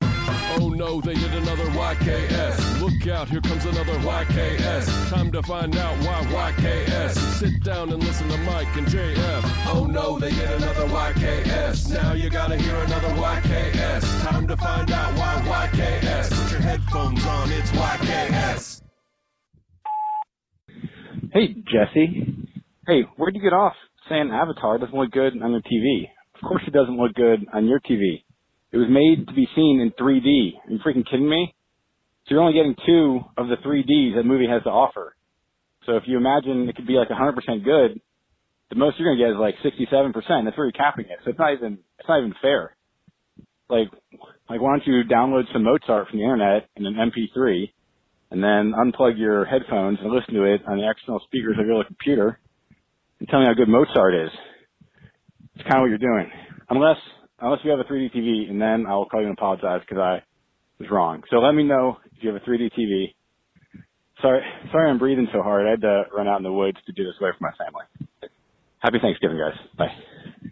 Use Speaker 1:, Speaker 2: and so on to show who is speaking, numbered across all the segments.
Speaker 1: Oh no, they did another YKS. Look out, here comes another YKS. Time to find out why YKS. Sit down and listen to Mike and JF. Oh no, they did another YKS. Now you gotta hear another YKS. Time to find out why YKS. Put your headphones on, it's YKS.
Speaker 2: Hey, Jesse. Hey, where'd you get off saying Avatar doesn't look good on the TV? Of course it doesn't look good on your TV. It was made to be seen in 3D. Are you freaking kidding me? So you're only getting two of the 3Ds that movie has to offer. So if you imagine it could be like 100% good, the most you're going to get is like 67%. That's where you're capping it. So it's not even, it's not even fair. Like, like why don't you download some Mozart from the internet in an MP3 and then unplug your headphones and listen to it on the external speakers of your little computer and tell me how good Mozart is. It's kind of what you're doing. Unless, unless you have a 3D TV and then I'll call you and apologize because I was wrong. So let me know if you have a 3D TV. Sorry, sorry I'm breathing so hard. I had to run out in the woods to do this away from my family. Happy Thanksgiving, guys. Bye.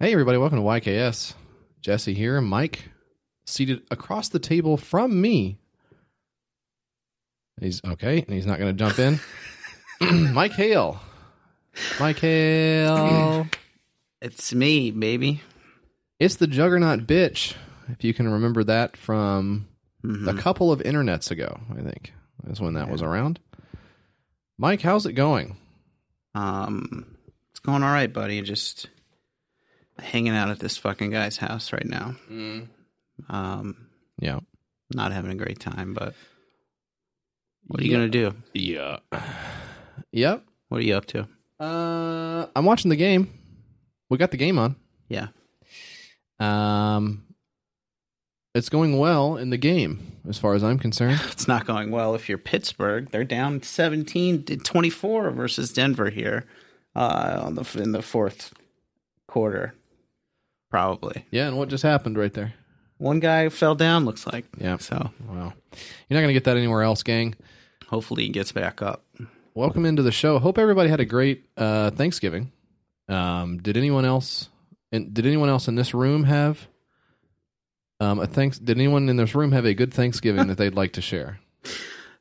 Speaker 3: Hey, everybody, welcome to YKS. Jesse here, Mike, seated across the table from me. He's okay, and he's not going to jump in. Mike Hale. Mike Hale.
Speaker 4: It's me, baby.
Speaker 3: It's the Juggernaut Bitch, if you can remember that from a couple of internets ago, I think, is when that was around. Mike, how's it going?
Speaker 4: Um, it's going all right, buddy. Just hanging out at this fucking guy's house right now. Um,
Speaker 3: Yeah.
Speaker 4: not having a great time, but what are you gonna do?
Speaker 3: Yeah. Yep.
Speaker 4: What are you up to?
Speaker 3: Uh, I'm watching the game. We got the game on.
Speaker 4: Yeah,
Speaker 3: Um, it's going well in the game, as far as I'm concerned.
Speaker 4: it's not going well. If you're Pittsburgh, they're down 17 to 24 versus Denver here uh, on the in the fourth quarter, probably.
Speaker 3: Yeah, and what just happened right there?
Speaker 4: One guy fell down. Looks like
Speaker 3: Yeah.
Speaker 4: So
Speaker 3: Wow. You're not going to get that anywhere else, gang.
Speaker 4: hopefully he gets back up.
Speaker 3: Welcome into the show. Hope everybody had a great uh, Thanksgiving. Um, did anyone else? And did anyone else in this room have um, a thanks? Did anyone in this room have a good Thanksgiving that they'd like to share?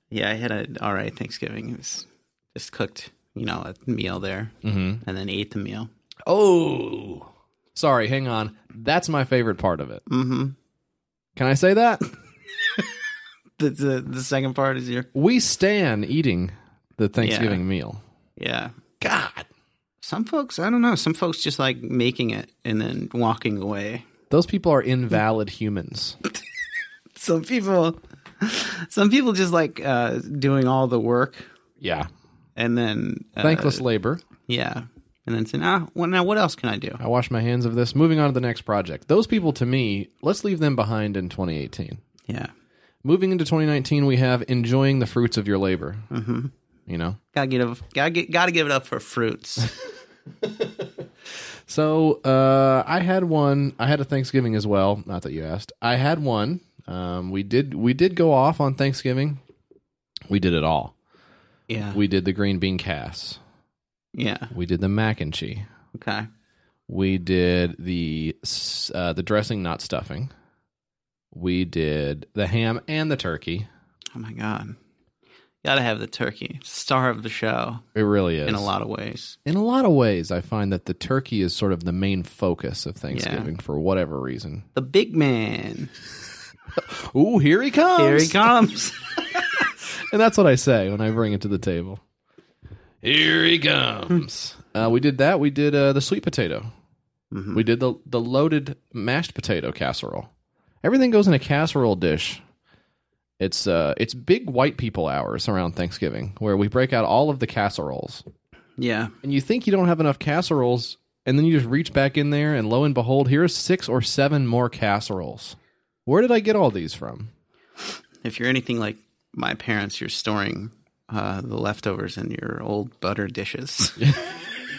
Speaker 4: Yeah, I had an all right Thanksgiving. It was just cooked, you know, a meal there,
Speaker 3: Mm-hmm.
Speaker 4: and then ate the meal.
Speaker 3: Oh, sorry. Hang on. That's my favorite part of it.
Speaker 4: Mm-hmm.
Speaker 3: Can I say that?
Speaker 4: The, the the second part is your
Speaker 3: we stand eating the Thanksgiving meal.
Speaker 4: yeah.
Speaker 3: God,
Speaker 4: Some folks, I don't know. Some folks just like making it and then walking away.
Speaker 3: those people are invalid humans.
Speaker 4: Some people, some people just like uh, doing all the work
Speaker 3: Yeah,
Speaker 4: and then uh,
Speaker 3: thankless labor.
Speaker 4: Yeah, and then saying, ah, well, now what else can I do?
Speaker 3: I wash my hands of this. Moving on to the next project. Those people, to me, let's leave them behind in 2018.
Speaker 4: Yeah,
Speaker 3: Moving into 2019, we have enjoying the fruits of your labor. Mm-hmm. You know,
Speaker 4: gotta get a, gotta get gotta give it up for fruits.
Speaker 3: so uh, I had one. I had a Thanksgiving as well. Not that you asked. I had one. Um, we did. We did go off on Thanksgiving. We did it all.
Speaker 4: yeah,
Speaker 3: We did the green bean cass.
Speaker 4: yeah,
Speaker 3: We did the mac and cheese.
Speaker 4: okay,
Speaker 3: We did the s- uh, the dressing, not stuffing. We did the ham and the turkey.
Speaker 4: Oh my god. Gotta have the turkey. Star of the show
Speaker 3: It really is
Speaker 4: in a lot of ways.
Speaker 3: In a lot of ways, I find that the turkey is sort of the main focus of Thanksgiving for whatever reason.
Speaker 4: The big man.
Speaker 3: Ooh, here he comes!
Speaker 4: Here he comes.
Speaker 3: And that's what I say when I bring it to the table. Here he comes. uh, we did that. We did uh, the sweet potato. We did the the loaded mashed potato casserole. Everything goes in a casserole dish. It's uh it's big white people hours around Thanksgiving where we break out all of the casseroles.
Speaker 4: yeah.
Speaker 3: And you think you don't have enough casseroles and then you just reach back in there and lo and behold here's six or seven more casseroles. Where did I get all these from?
Speaker 4: If you're anything like my parents, you're storing uh, the leftovers in your old butter dishes.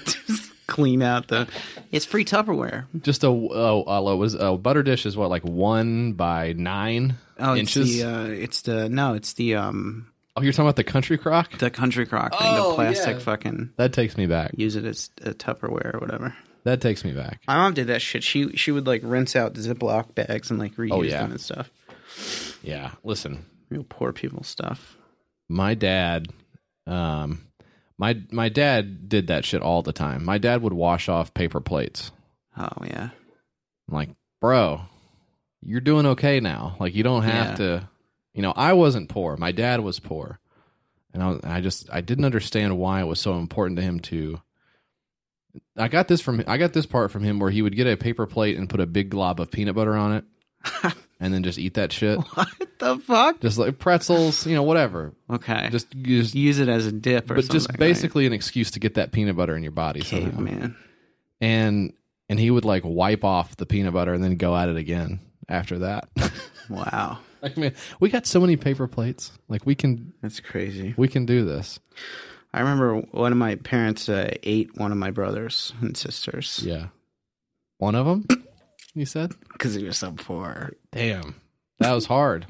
Speaker 4: Just clean out the. It's free Tupperware.
Speaker 3: Just a oh, uh, what was a butter dish is what like one by nine
Speaker 4: Oh,
Speaker 3: inches.
Speaker 4: it's the. Uh, it's the no, it's the um
Speaker 3: oh, you're talking about the country crock?
Speaker 4: the country crock thing,
Speaker 3: Oh,
Speaker 4: the plastic
Speaker 3: yeah.
Speaker 4: fucking.
Speaker 3: That takes me back.
Speaker 4: Use it as a Tupperware or whatever.
Speaker 3: That takes me back.
Speaker 4: My mom did that shit. She she would like rinse out Ziploc bags and like reuse
Speaker 3: Oh, yeah.
Speaker 4: them and stuff.
Speaker 3: Yeah. Listen,
Speaker 4: Real poor people stuff.
Speaker 3: my dad um my my dad did that shit all the time. My dad would wash off paper plates.
Speaker 4: Oh yeah,
Speaker 3: I'm like, "Bro, you're doing okay now. Like you don't have
Speaker 4: Yeah.
Speaker 3: to you know, I wasn't poor. My dad was poor." And I was, I just I didn't understand why it was so important to him to I got this from I got this part from him where he would get a paper plate and put a big glob of peanut butter on it and then just eat that shit.
Speaker 4: what the fuck?
Speaker 3: Just like pretzels, you know, whatever.
Speaker 4: Okay, just
Speaker 3: Just just
Speaker 4: use it as a dip or
Speaker 3: but
Speaker 4: something.
Speaker 3: just basically an excuse to get that peanut butter in your body
Speaker 4: right?
Speaker 3: somehow.
Speaker 4: man.
Speaker 3: And and he would like wipe off the peanut butter and then go at it again after that.
Speaker 4: Wow,
Speaker 3: I mean, we got so many paper plates. Like we can
Speaker 4: that's crazy.
Speaker 3: we can do this.
Speaker 4: I remember one of my parents uh, ate one of my brothers and sisters
Speaker 3: Yeah. One of them, you said.
Speaker 4: because he was so poor.
Speaker 3: Damn, that was hard.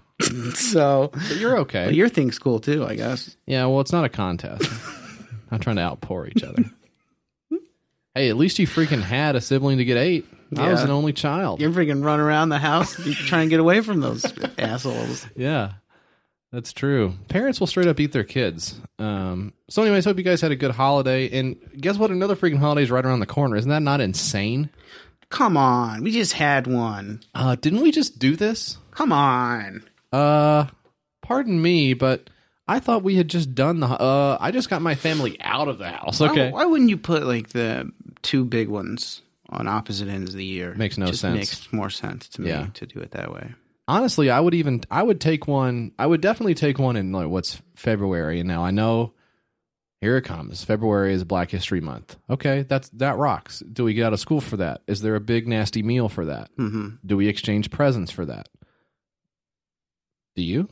Speaker 4: so
Speaker 3: But you're
Speaker 4: well,
Speaker 3: okay.
Speaker 4: your thing's cool too, I guess.
Speaker 3: yeah. Well, it's not a contest. not trying to outpour each other. Hey, at least you freaking had a sibling to get eight. I was
Speaker 4: Yeah.
Speaker 3: an only child.
Speaker 4: You freaking run around the house trying to get away from those assholes.
Speaker 3: Yeah, that's true. Parents will straight up eat their kids. Um, so, anyways, hope you guys had a good holiday. And guess what? Another freaking holiday is right around the corner. Isn't that not insane?
Speaker 4: Come on, we just had one.
Speaker 3: Uh, didn't we just do this?
Speaker 4: Come on.
Speaker 3: Uh, pardon me, but I thought we had just done the. Uh, I just got my family out of the house.
Speaker 4: Why-
Speaker 3: Okay.
Speaker 4: Why, wouldn't you put like the two big ones on opposite ends of the year?
Speaker 3: Makes no
Speaker 4: Just
Speaker 3: sense.
Speaker 4: Makes more sense to me
Speaker 3: Yeah.
Speaker 4: to do it that way.
Speaker 3: honestly, I would even I would take one. I would definitely take one in like what's February. And now I know here it comes. February is Black History Month. Okay, that's that rocks. Do we get out of school for that? Is there a big nasty meal for that?
Speaker 4: hmm
Speaker 3: Do we exchange presents for that? Do you?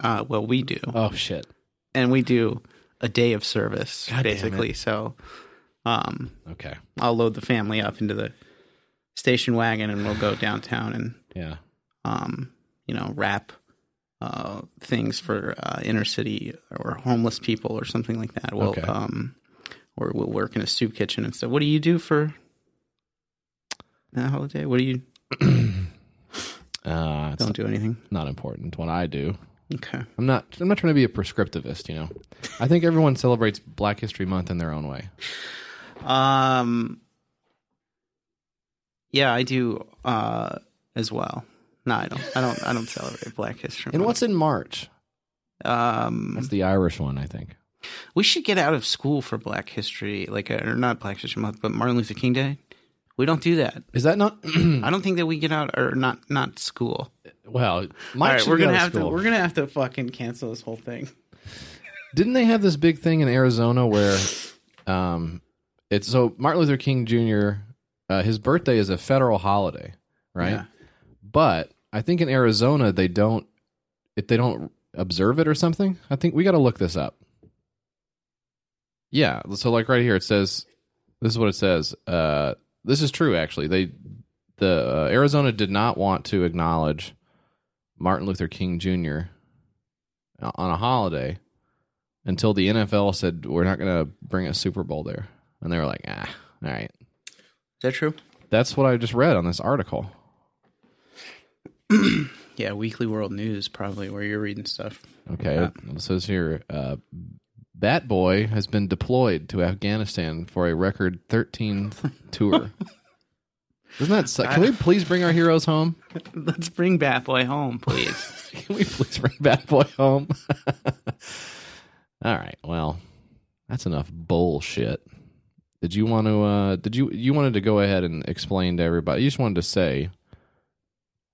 Speaker 4: Uh, well, we do,
Speaker 3: Oh shit.
Speaker 4: and we do a day of service
Speaker 3: God damn
Speaker 4: basically. So, um,
Speaker 3: Okay.
Speaker 4: I'll load the family up into the station wagon, and we'll go downtown and
Speaker 3: Yeah.
Speaker 4: um, you know, wrap uh, things for uh, inner city or homeless people or something like that. We'll,
Speaker 3: Okay.
Speaker 4: um, or we'll work in a soup kitchen and stuff. What do you do for that holiday? What do you
Speaker 3: Uh, it's
Speaker 4: don't do anything?
Speaker 3: not important what I do.
Speaker 4: Okay.
Speaker 3: I'm not. I'm not trying to be a prescriptivist. You know, I think everyone celebrates Black History Month in their own way.
Speaker 4: Um, yeah, I do uh, as well. No, I don't. I don't. I don't celebrate Black History.
Speaker 3: And
Speaker 4: Month.
Speaker 3: what's in March?
Speaker 4: um,
Speaker 3: That's the Irish one, I think.
Speaker 4: We should get out of school for Black History, like uh or not Black History Month, but Martin Luther King Day. We don't do that.
Speaker 3: Is that not?
Speaker 4: I don't think that we get out or not not school.
Speaker 3: well,
Speaker 4: All
Speaker 3: March.
Speaker 4: right, we're gonna have
Speaker 3: school.
Speaker 4: to we're gonna have to fucking cancel this whole thing.
Speaker 3: Didn't they have this big thing in Arizona where, um, it's so Martin Luther King Jr. Uh, his birthday is a federal holiday, right?
Speaker 4: Yeah.
Speaker 3: But I think in Arizona they don't, if they don't observe it or something. I think we got to look this up. Yeah, so like right here it says, this is what it says. Uh, this is true actually. They, the uh, Arizona did not want to acknowledge Martin Luther King Jr. on a holiday until the NFL said we're not going to bring a Super Bowl there, and they were like, ah, all right.
Speaker 4: Is that true?
Speaker 3: That's what I just read on this article.
Speaker 4: Yeah, Weekly World News probably where you're reading stuff.
Speaker 3: Okay, it says here, uh, Bat Boy has been deployed to Afghanistan for a record thirteenth tour. Doesn't that suck? Can we please bring our heroes home?
Speaker 4: Let's bring Bat Boy home, please.
Speaker 3: Can we please bring Bat Boy home? All right. Well, that's enough bullshit. Did you want to? Uh, did you you wanted to go ahead and explain to everybody? You just wanted to say.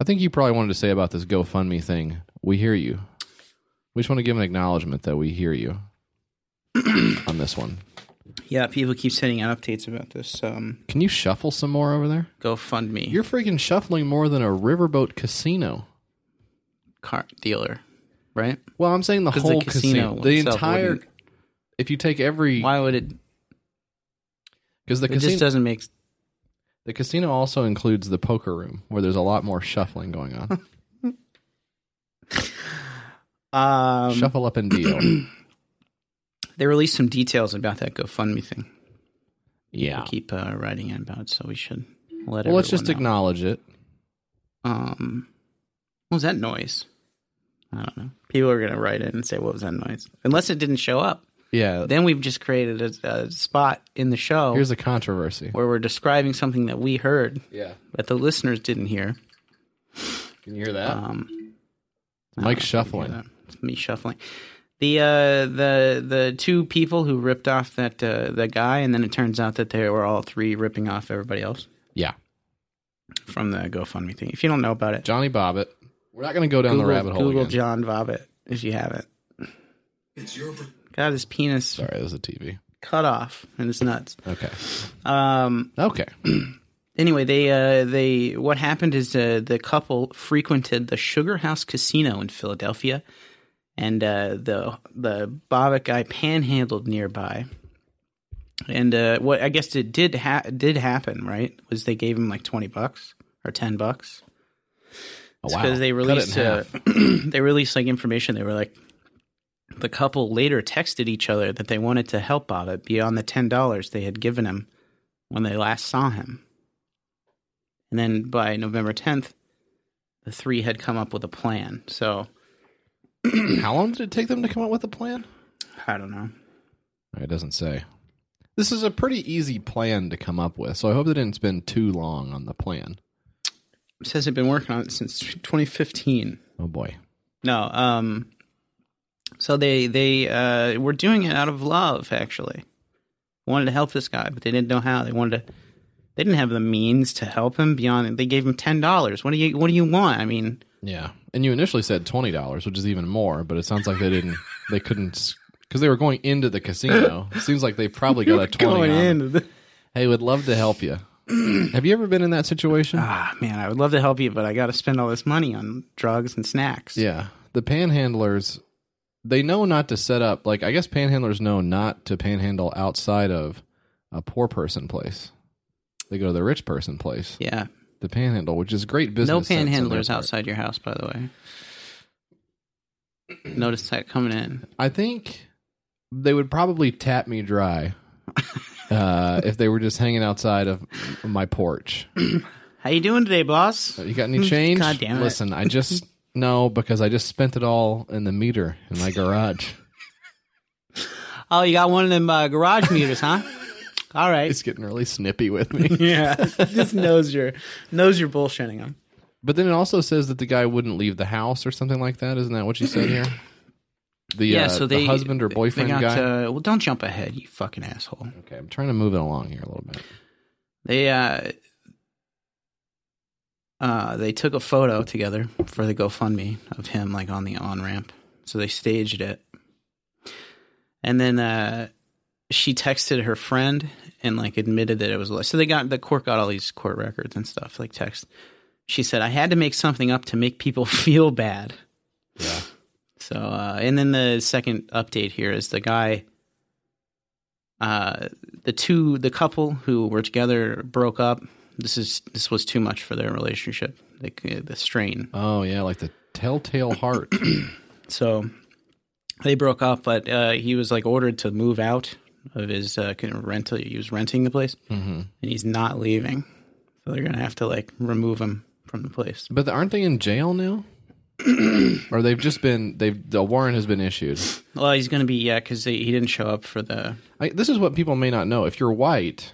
Speaker 3: I think you probably wanted to say about this GoFundMe thing. We hear you. We just want to give an acknowledgement that we hear you on this one.
Speaker 4: yeah, people keep sending out updates about this um,
Speaker 3: Can you shuffle some more over there?
Speaker 4: GoFundMe
Speaker 3: You're freaking shuffling more than a riverboat casino.
Speaker 4: car dealer, right?
Speaker 3: Well, I'm saying the
Speaker 4: 'Cause the
Speaker 3: whole
Speaker 4: casino
Speaker 3: casino, the
Speaker 4: itself
Speaker 3: entire.
Speaker 4: wouldn't-
Speaker 3: If you take every
Speaker 4: Why would it?
Speaker 3: Because the
Speaker 4: It just
Speaker 3: casino,
Speaker 4: doesn't make.
Speaker 3: the casino also includes the poker room, where there's a lot more shuffling going on.
Speaker 4: Um,
Speaker 3: Shuffle up and deal.
Speaker 4: They released some details about that GoFundMe thing.
Speaker 3: Yeah.
Speaker 4: keep uh, writing in about, so we should let
Speaker 3: Well, let's
Speaker 4: everyone
Speaker 3: just
Speaker 4: know.
Speaker 3: acknowledge it.
Speaker 4: Um, what was that noise? I don't know. People are gonna write in and say, "What was that noise?" Unless it didn't show up,
Speaker 3: Yeah.
Speaker 4: then we've just created a, a spot in the show
Speaker 3: Here's a controversy.
Speaker 4: where we're describing something that we heard
Speaker 3: Yeah.
Speaker 4: that the listeners didn't hear.
Speaker 3: Can you hear that?
Speaker 4: Um,
Speaker 3: Mike
Speaker 4: hear
Speaker 3: shuffling.
Speaker 4: that. It's me shuffling. The uh, the the two people who ripped off that uh, the guy, and then it turns out that they were all three ripping off everybody else
Speaker 3: Yeah.
Speaker 4: from the GoFundMe thing. If you don't know about it,
Speaker 3: Johnny Bobbitt. We're not going to go down the rabbit hole
Speaker 4: Google
Speaker 3: again.
Speaker 4: John Bobbitt if you haven't. Got his penis
Speaker 3: Sorry, that was a TV.
Speaker 4: cut off and it's nuts.
Speaker 3: Okay.
Speaker 4: Um,
Speaker 3: Okay.
Speaker 4: anyway, they uh, they what happened is uh, the couple frequented the Sugar House Casino in Philadelphia, and uh, the the Bobbitt guy panhandled nearby. And uh, what I guess it did ha- did happen, right? Was they gave him like twenty bucks or ten bucks?
Speaker 3: Oh, wow.
Speaker 4: because they
Speaker 3: Cut it in
Speaker 4: released uh,
Speaker 3: half.
Speaker 4: they released like information. They were like, the couple later texted each other that they wanted to help Bobbitt beyond the ten dollars they had given him when they last saw him. And then by November tenth, the three had come up with a plan. So
Speaker 3: How long did it take them to come up with a plan?
Speaker 4: I don't know.
Speaker 3: It doesn't say. This is a pretty easy plan to come up with, so I hope they didn't spend too long on the plan.
Speaker 4: It says they've been working on it since 2015.
Speaker 3: Oh boy.
Speaker 4: No, um, so they they uh, were doing it out of love. Actually, wanted to help this guy, but they didn't know how. They wanted to. They didn't have the means to help him beyond. They gave him ten dollars. What do you What do you want? I mean,
Speaker 3: Yeah, and you initially said twenty dollars, which is even more. But it sounds like they didn't. They couldn't because they were going into the casino. seems like they probably got a Uh, twenty. um,
Speaker 4: going
Speaker 3: on it.
Speaker 4: in.
Speaker 3: Hey, would love to help you. Have you ever been in that situation?
Speaker 4: Ah, man, I would love to help you, but I got to spend all this money on drugs and snacks.
Speaker 3: Yeah, the panhandlers. They know not to set up. Like I guess panhandlers know not to panhandle outside of a poor person place. They go to the rich person place,
Speaker 4: Yeah.
Speaker 3: the panhandle, which is great business.
Speaker 4: No
Speaker 3: sense on their
Speaker 4: panhandlers
Speaker 3: part.
Speaker 4: outside your house, by the way. Notice that coming in.
Speaker 3: I think they would probably tap me dry uh, if they were just hanging outside of my porch. Uh,
Speaker 4: How you doing today, boss?
Speaker 3: You got any change?
Speaker 4: Mm, God damn it.
Speaker 3: Listen, I just no because I just spent it all in the meter in my garage.
Speaker 4: Oh, you got one of them uh, garage meters, huh? All right.
Speaker 3: He's getting really snippy with me.
Speaker 4: Yeah, just knows your knows you're bullshitting him.
Speaker 3: But then it also says that the guy wouldn't leave the house or something like that. Isn't that what you said here? The
Speaker 4: Yeah,
Speaker 3: uh,
Speaker 4: so
Speaker 3: the
Speaker 4: they
Speaker 3: husband or
Speaker 4: they
Speaker 3: boyfriend
Speaker 4: got,
Speaker 3: guy.
Speaker 4: Uh, well, don't jump ahead, you fucking asshole.
Speaker 3: okay, I'm trying to move it along here a little bit.
Speaker 4: They uh, uh, they took a photo together for the GoFundMe of him like on the on ramp, so they staged it, and then uh, she texted her friend and like admitted that it was. So they got the court got all these court records and stuff like text. She said, "I had to make something up to make people feel bad."
Speaker 3: Yeah.
Speaker 4: So, uh, and then the second update here is the guy, uh, the two, the couple who were together broke up. This is this was too much for their relationship, like uh, the strain.
Speaker 3: Oh yeah, like the telltale heart.
Speaker 4: So they broke up, but uh, he was like ordered to move out of his uh, kind of rental. He was renting the place,
Speaker 3: Mhm.
Speaker 4: and he's not leaving. So they're gonna have to like remove him from the place.
Speaker 3: But aren't they in jail now? or they've just been they've the warrant has been issued.
Speaker 4: Well, he's gonna be yeah, because he didn't show up for the
Speaker 3: I, this is what people may not know. If you're white,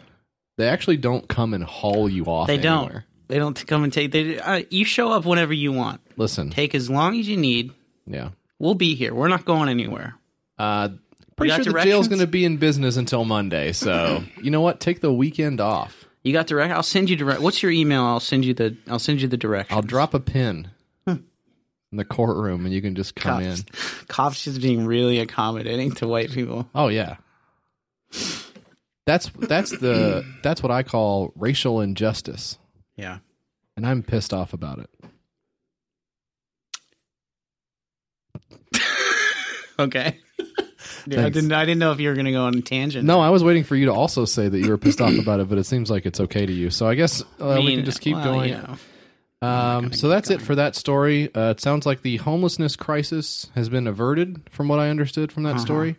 Speaker 3: they actually don't come and haul you off.
Speaker 4: They don't.
Speaker 3: anywhere.
Speaker 4: They don't come and take. They uh, you show up whenever you want.
Speaker 3: Listen,
Speaker 4: Take as long as you need.
Speaker 3: yeah.
Speaker 4: We'll be here. We're not going anywhere.
Speaker 3: Uh, pretty sure
Speaker 4: got
Speaker 3: the jail's
Speaker 4: directions?
Speaker 3: going to be in business until Monday. So you know what? Take the weekend off.
Speaker 4: You got direct. I'll send you direct. What's your email? I'll send you the. I'll send you the direction.
Speaker 3: I'll drop a pin in the courtroom, and you can just come in.
Speaker 4: Cops is being really accommodating to white people.
Speaker 3: Oh yeah. That's that's the that's what I call racial injustice,
Speaker 4: Yeah.
Speaker 3: and I'm pissed off about it.
Speaker 4: Okay. Dude, I
Speaker 3: Thanks.
Speaker 4: didn't. I didn't know if you were going to go on a tangent.
Speaker 3: No, I was waiting for you to also say that you were pissed off about it, but it seems like it's okay to you. So I guess uh,
Speaker 4: I
Speaker 3: we
Speaker 4: mean,
Speaker 3: can just keep
Speaker 4: well,
Speaker 3: going.
Speaker 4: you know.
Speaker 3: Um, so that's it for that story. Uh, it sounds like the homelessness crisis has been averted, from what I understood from that story.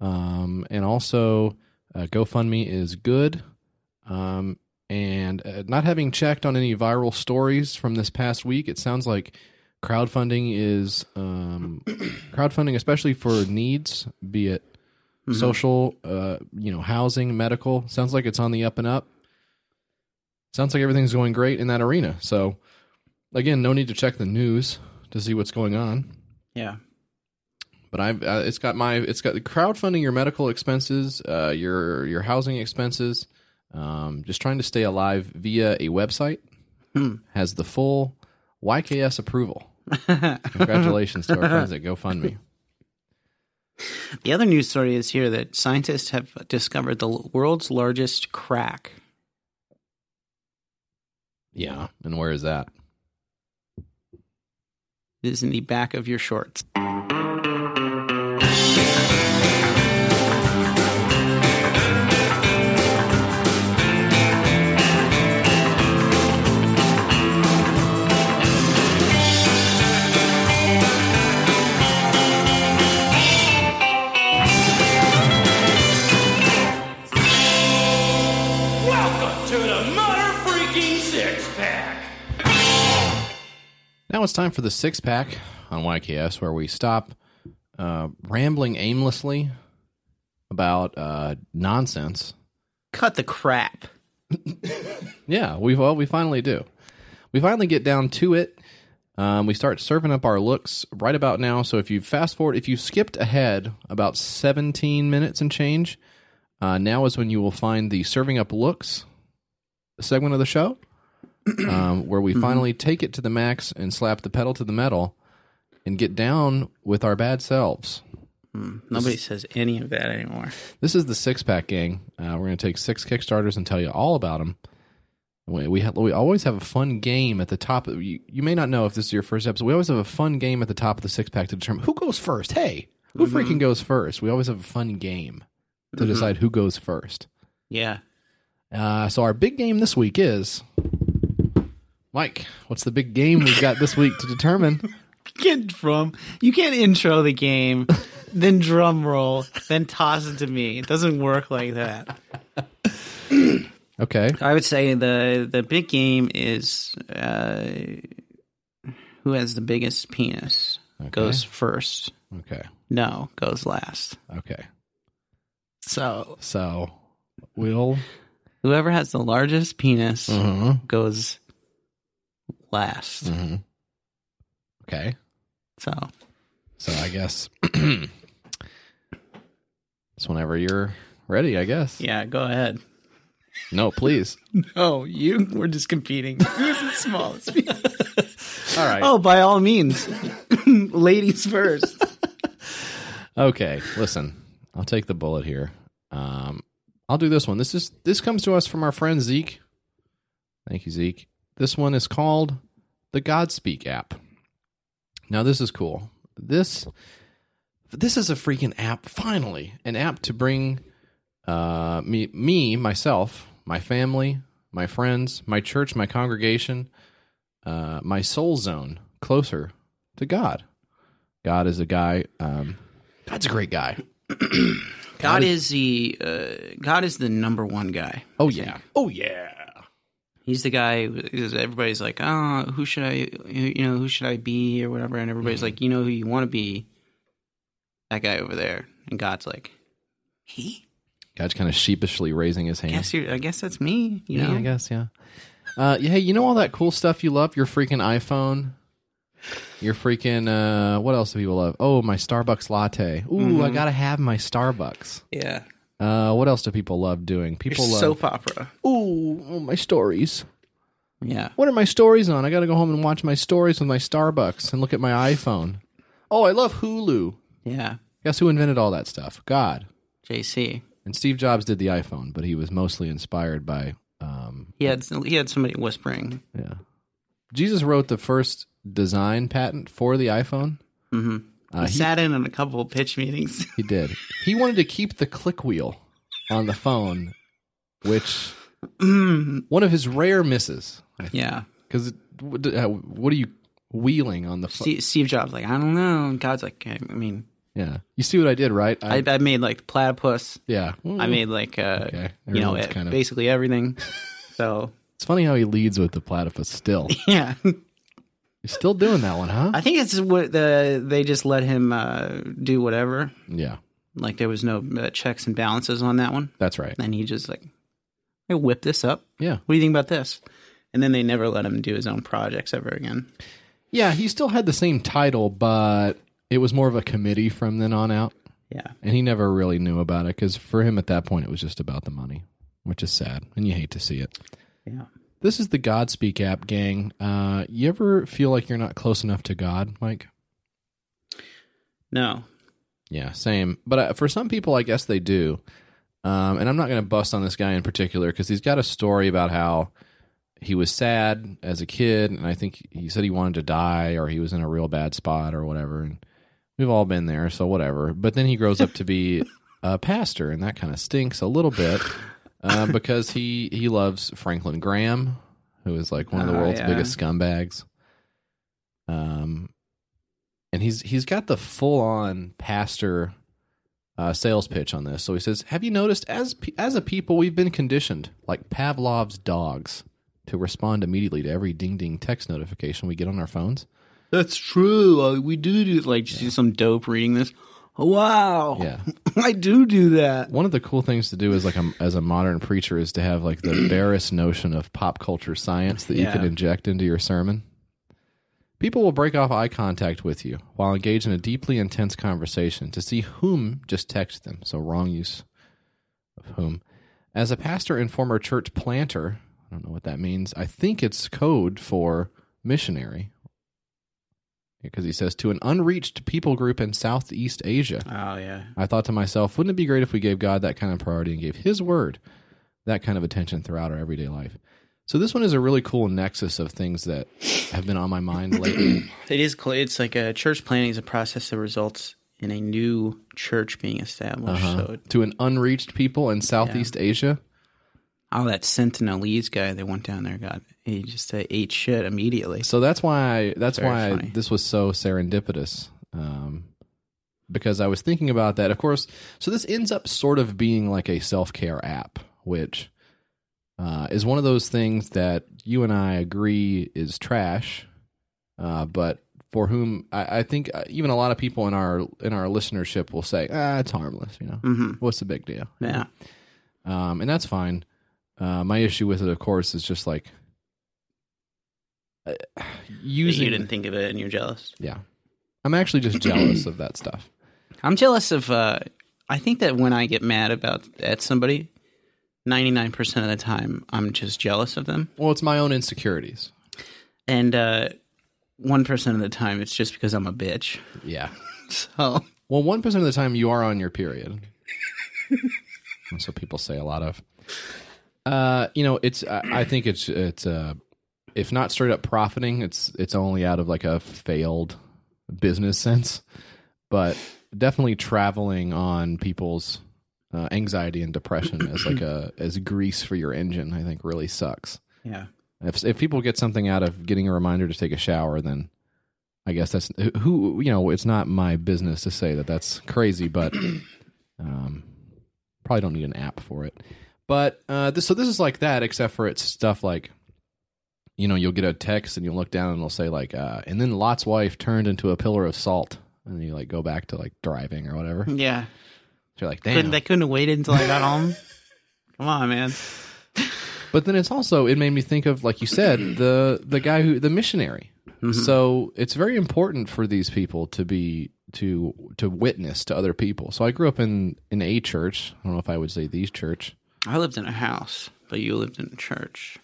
Speaker 3: Um, and also, Uh, GoFundMe is good. Um, and uh, not having checked on any viral stories from this past week, it sounds like crowdfunding is um, crowdfunding, especially for needs, be it
Speaker 4: Mhm.
Speaker 3: social, uh, you know, housing, medical. Sounds like it's on the up and up. Sounds like everything's going great in that arena. So, again, no need to check the news to see what's going on.
Speaker 4: Yeah.
Speaker 3: But I've uh, it's got my it's got crowdfunding your medical expenses, uh, your your housing expenses, um, just trying to stay alive via a website
Speaker 4: Hmm.
Speaker 3: has the full YKS approval. Congratulations to our friends at GoFundMe.
Speaker 4: The other news story is here that scientists have discovered the world's largest crack.
Speaker 3: Yeah, and where is that?
Speaker 4: It is in the back of your shorts.
Speaker 5: Welcome to the Mother Freaking Six Pack.
Speaker 3: Now it's time for the six pack on YKS, where we stop uh, rambling aimlessly about uh, nonsense.
Speaker 4: Cut the crap.
Speaker 3: Yeah, we've all we finally do. We finally get down to it. Um, we start serving up our looks right about now. So if you fast forward, if you skipped ahead about 17 minutes and change, uh, now is when you will find the serving up looks segment of the show, um, where we finally take it to the max and slap the pedal to the metal and get down with our bad selves.
Speaker 4: Nobody says any of that anymore.
Speaker 3: This is the six pack gang. Uh, we're going to take six Kickstarters and tell you all about them. We we, ha- we always have a fun game at the top. Of, you you may not know if this is your first episode. We always have a fun game at the top of the six pack to determine who goes first. Hey, who freaking goes first? We always have a fun game to decide who goes first.
Speaker 4: Yeah.
Speaker 3: Uh, so our big game this week is Mike. What's the big game we've got this week to determine?
Speaker 4: Get from you can't intro the game, then drum roll, then toss it to me. It doesn't work like that.
Speaker 3: Okay,
Speaker 4: I would say the the big game is uh, who has the biggest penis goes first.
Speaker 3: okay,
Speaker 4: No, goes last.
Speaker 3: okay.
Speaker 4: So
Speaker 3: So we'll
Speaker 4: whoever has the largest penis
Speaker 3: uh
Speaker 4: goes last.
Speaker 3: okay.
Speaker 4: So
Speaker 3: So I guess it's whenever you're ready, I guess.
Speaker 4: yeah, go ahead.
Speaker 3: No, please.
Speaker 4: Oh, you were just competing. Who's the smallest?
Speaker 3: All right.
Speaker 4: oh, by all means, ladies first.
Speaker 3: Okay. Listen, I'll take the bullet here. Um, I'll do this one. This is this comes to us from our friend Zeke. Thank you, Zeke. This one is called the Godspeak app. Now this is cool. This this is a freaking app. Finally, an app to bring uh, me, me, myself, my family, my friends, my church, my congregation, uh, my soul zone closer to God. God is a guy. Um, God's a great guy.
Speaker 4: God is the uh, God is the number one guy.
Speaker 3: Oh yeah. Oh yeah.
Speaker 4: He's the guy. who- is- Everybody's like, oh, who should I? You know, who should I be or whatever? And everybody's like, you know, who you want to be? That guy over there. And God's like, he?
Speaker 3: God's kind of sheepishly raising his hand.
Speaker 4: Guess you. I guess that's me. You
Speaker 3: yeah,
Speaker 4: know.
Speaker 3: I guess yeah. Uh, yeah, hey, you know all that cool stuff you love? Your freaking iPhone. Your freaking uh, what else do people love? Oh, my Starbucks latte. Ooh, I gotta have my Starbucks.
Speaker 4: yeah.
Speaker 3: Uh, what else do people love doing? People love
Speaker 4: Soap opera.
Speaker 3: ooh oh, my stories.
Speaker 4: Yeah.
Speaker 3: What are my stories on? I gotta go home and watch my stories with my Starbucks and look at my iPhone. Oh, I love Hulu.
Speaker 4: Yeah.
Speaker 3: Guess who invented all that stuff? God.
Speaker 4: JC.
Speaker 3: And Steve Jobs did the iPhone, but he was mostly inspired by um,
Speaker 4: He had he had somebody whispering.
Speaker 3: yeah. Jesus wrote the first design patent for the iPhone.
Speaker 4: I sat in on a couple of pitch meetings.
Speaker 3: He did. He wanted to keep the click wheel on the phone, which one of his rare misses.
Speaker 4: yeah.
Speaker 3: Because uh, what do- how- what are you wheeling on the phone?
Speaker 4: Steve, Steve Jobs like, I don't know. And God's like, I mean,
Speaker 3: Yeah. You see what I did, right?
Speaker 4: I, I made like platypus.
Speaker 3: yeah. Mm-hmm.
Speaker 4: I made like uh,
Speaker 3: Okay.
Speaker 4: you know
Speaker 3: Everyone's
Speaker 4: it-
Speaker 3: kind of-
Speaker 4: basically everything. So
Speaker 3: It's funny how he leads with the platypus still.
Speaker 4: yeah,
Speaker 3: He's still doing that one, huh?
Speaker 4: I think it's what the they just let him uh, do whatever.
Speaker 3: yeah.
Speaker 4: Like there was no uh, checks and balances on that one,
Speaker 3: That's right.
Speaker 4: and he just like I whip this up.
Speaker 3: Yeah.
Speaker 4: What do you think about this? And then they never let him do his own projects ever again.
Speaker 3: Yeah, he still had the same title, but it was more of a committee from then on out.
Speaker 4: Yeah,
Speaker 3: And he never really knew about it because for him at that point, it was just about the money, which is sad. And you hate to see it.
Speaker 4: yeah.
Speaker 3: This is the God Speak app, gang. Uh, you ever feel like you're not close enough to God, Mike?
Speaker 4: No,
Speaker 3: Yeah, same. But uh, for some people, I guess they do. Um, and I'm not going to bust on this guy in particular because he's got a story about how he was sad as a kid, and I think he said he wanted to die or he was in a real bad spot or whatever. And we've all been there, so whatever. But then he grows up to be a pastor, and that kind of stinks a little bit uh, because he he loves Franklin Graham, who is like one of the
Speaker 4: Oh,
Speaker 3: world's
Speaker 4: yeah.
Speaker 3: biggest scumbags. Um, and he's he's got the full on pastor uh, sales pitch on this. So he says, "Have you noticed as pe- as a people we've been conditioned like Pavlov's dogs to respond immediately to every ding ding text notification we get on our phones?"
Speaker 4: that's true. Uh, we do do like just some dope reading this. Wow.
Speaker 3: Yeah.
Speaker 4: I do do that.
Speaker 3: One of the cool things to do is like a, as a modern preacher is to have like the barest notion of pop culture science that you can
Speaker 4: Yeah.
Speaker 3: inject into your sermon. People will break off eye contact with you while engaged in a deeply intense conversation to see whom just text them. So wrong use of whom. As a pastor and former church planter, I don't know what that means. I think it's code for missionary. Because he says to an unreached people group in Southeast Asia.
Speaker 4: Oh yeah.
Speaker 3: I thought to myself, wouldn't it be great if we gave God that kind of priority and gave His Word that kind of attention throughout our everyday life? So this one is a really cool nexus of things that have been on my mind lately.
Speaker 4: It is. cl- It's like a church planning is a process that results in a new church being established.
Speaker 3: Uh-huh.
Speaker 4: So it-
Speaker 3: to an unreached people in Southeast Asia,
Speaker 4: oh, that Sentinelese guy that went down there got he just uh, ate shit immediately.
Speaker 3: so that's why that's
Speaker 4: Very
Speaker 3: why
Speaker 4: funny.
Speaker 3: this was so serendipitous. Um, because I was thinking about that, of course. So this ends up sort of being like a self care app, which uh, is one of those things that you and I agree is trash, uh, but for whom I, I think uh, even a lot of people in our in our listenership will say, ah, it's harmless. You know,
Speaker 4: Mhm.
Speaker 3: what's the big deal?
Speaker 4: Yeah.
Speaker 3: um, and that's fine. Uh, my issue with it, of course, is just like uh,
Speaker 4: But
Speaker 3: using.
Speaker 4: You didn't think of it, and you're jealous.
Speaker 3: yeah, I'm actually just jealous of that stuff.
Speaker 4: I'm jealous of. Uh, I think that when I get mad about at somebody, 99 percent of the time, I'm just jealous of them,
Speaker 3: Well, it's my own insecurities.
Speaker 4: and uh, one percent of the time, it's just because I'm a bitch.
Speaker 3: Yeah.
Speaker 4: So
Speaker 3: Well, one percent of the time you are on your period. That's what people say a lot of. Uh, you know, it's. I, I think it's it's. Uh, if not straight up profiting, it's it's only out of like a failed business sense, but definitely traveling on people's uh, anxiety and depression as like a as grease for your engine. I think really sucks.
Speaker 4: yeah,
Speaker 3: If if people get something out of getting a reminder to take a shower, then I guess that's who you know. It's not my business to say that that's crazy, but um, probably don't need an app for it. But uh, this so this is like that, except for it's stuff like you know you'll get a text and you'll look down and it'll say like uh, and then Lot's wife turned into a pillar of salt, and then you like go back to like driving or whatever. So
Speaker 4: yeah.
Speaker 3: you're like,
Speaker 4: Hmm. Couldn't,
Speaker 3: damn.
Speaker 4: they couldn't have waited until I got home. Come on, man.
Speaker 3: But then it's also it made me think of like you said the the guy who the missionary. So it's very important for these people to be to to witness to other people. So I grew up in in a church. I don't know if I would say the church.
Speaker 4: I lived in a house, but you lived in a church.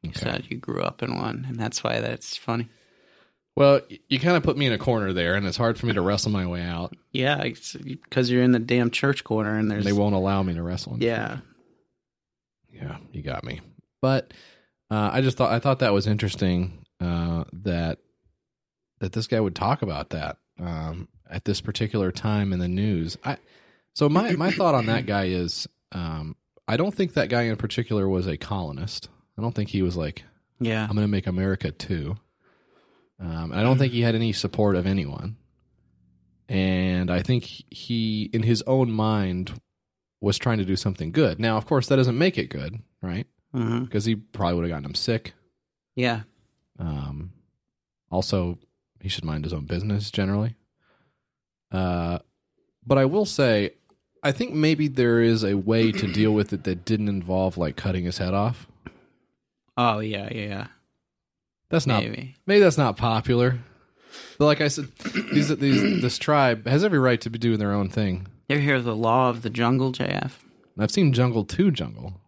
Speaker 4: You said you grew up in one, and that's why that's funny.
Speaker 3: Well, y- you kind of put me in a corner there, and it's hard for me to wrestle my way out.
Speaker 4: Yeah, because you're in the damn church corner, and there's
Speaker 3: They won't allow me to wrestle.
Speaker 4: yeah,
Speaker 3: yeah, you got me. But uh, I just thought I thought that was interesting uh, that that this guy would talk about that um, at this particular time in the news. I so my my thought on that guy is um, I don't think that guy in particular was a colonist. I don't think he was like
Speaker 4: yeah.
Speaker 3: I'm going to make Um, America too. Um, and I don't think he had any support of anyone. and I think he, in his own mind, was trying to do something good. Now, of course, that doesn't make it good, right?
Speaker 4: hmm
Speaker 3: Because he probably would have gotten him sick.
Speaker 4: Yeah.
Speaker 3: Um, also, he should mind his own business generally. Uh, but I will say, I think maybe there is a way to deal with it that didn't involve like cutting his head off.
Speaker 4: Oh yeah, yeah, yeah.
Speaker 3: That's not maybe,
Speaker 4: Maybe.
Speaker 3: that's not popular. But like I said, these, these this tribe has every right to be doing their own thing.
Speaker 4: They're here the law of the jungle, JF.
Speaker 3: And I've seen Jungle Two Jungle,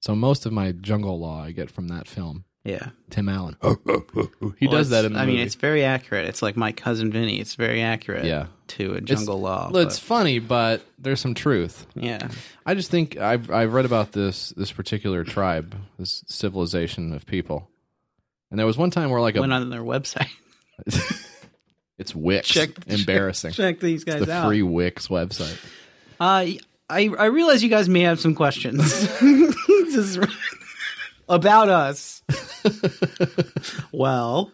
Speaker 3: so most of my jungle law I get from that film.
Speaker 4: Yeah.
Speaker 3: Tim Allen, he does that in the
Speaker 4: I
Speaker 3: movie.
Speaker 4: mean, it's very accurate. It's like my cousin Vinny. It's very accurate.
Speaker 3: Yeah.
Speaker 4: To a jungle law.
Speaker 3: Well, it's funny, but there's some truth.
Speaker 4: but- yeah.
Speaker 3: I just think I've I've read about this this particular tribe, this civilization of people, and there was one time where like a
Speaker 4: Went on their website.
Speaker 3: it's Wix, embarrassing,
Speaker 4: Check these guys
Speaker 3: the
Speaker 4: out.
Speaker 3: free Wix website.
Speaker 4: Uh, I I realize you guys may have some questions This is- about us. well,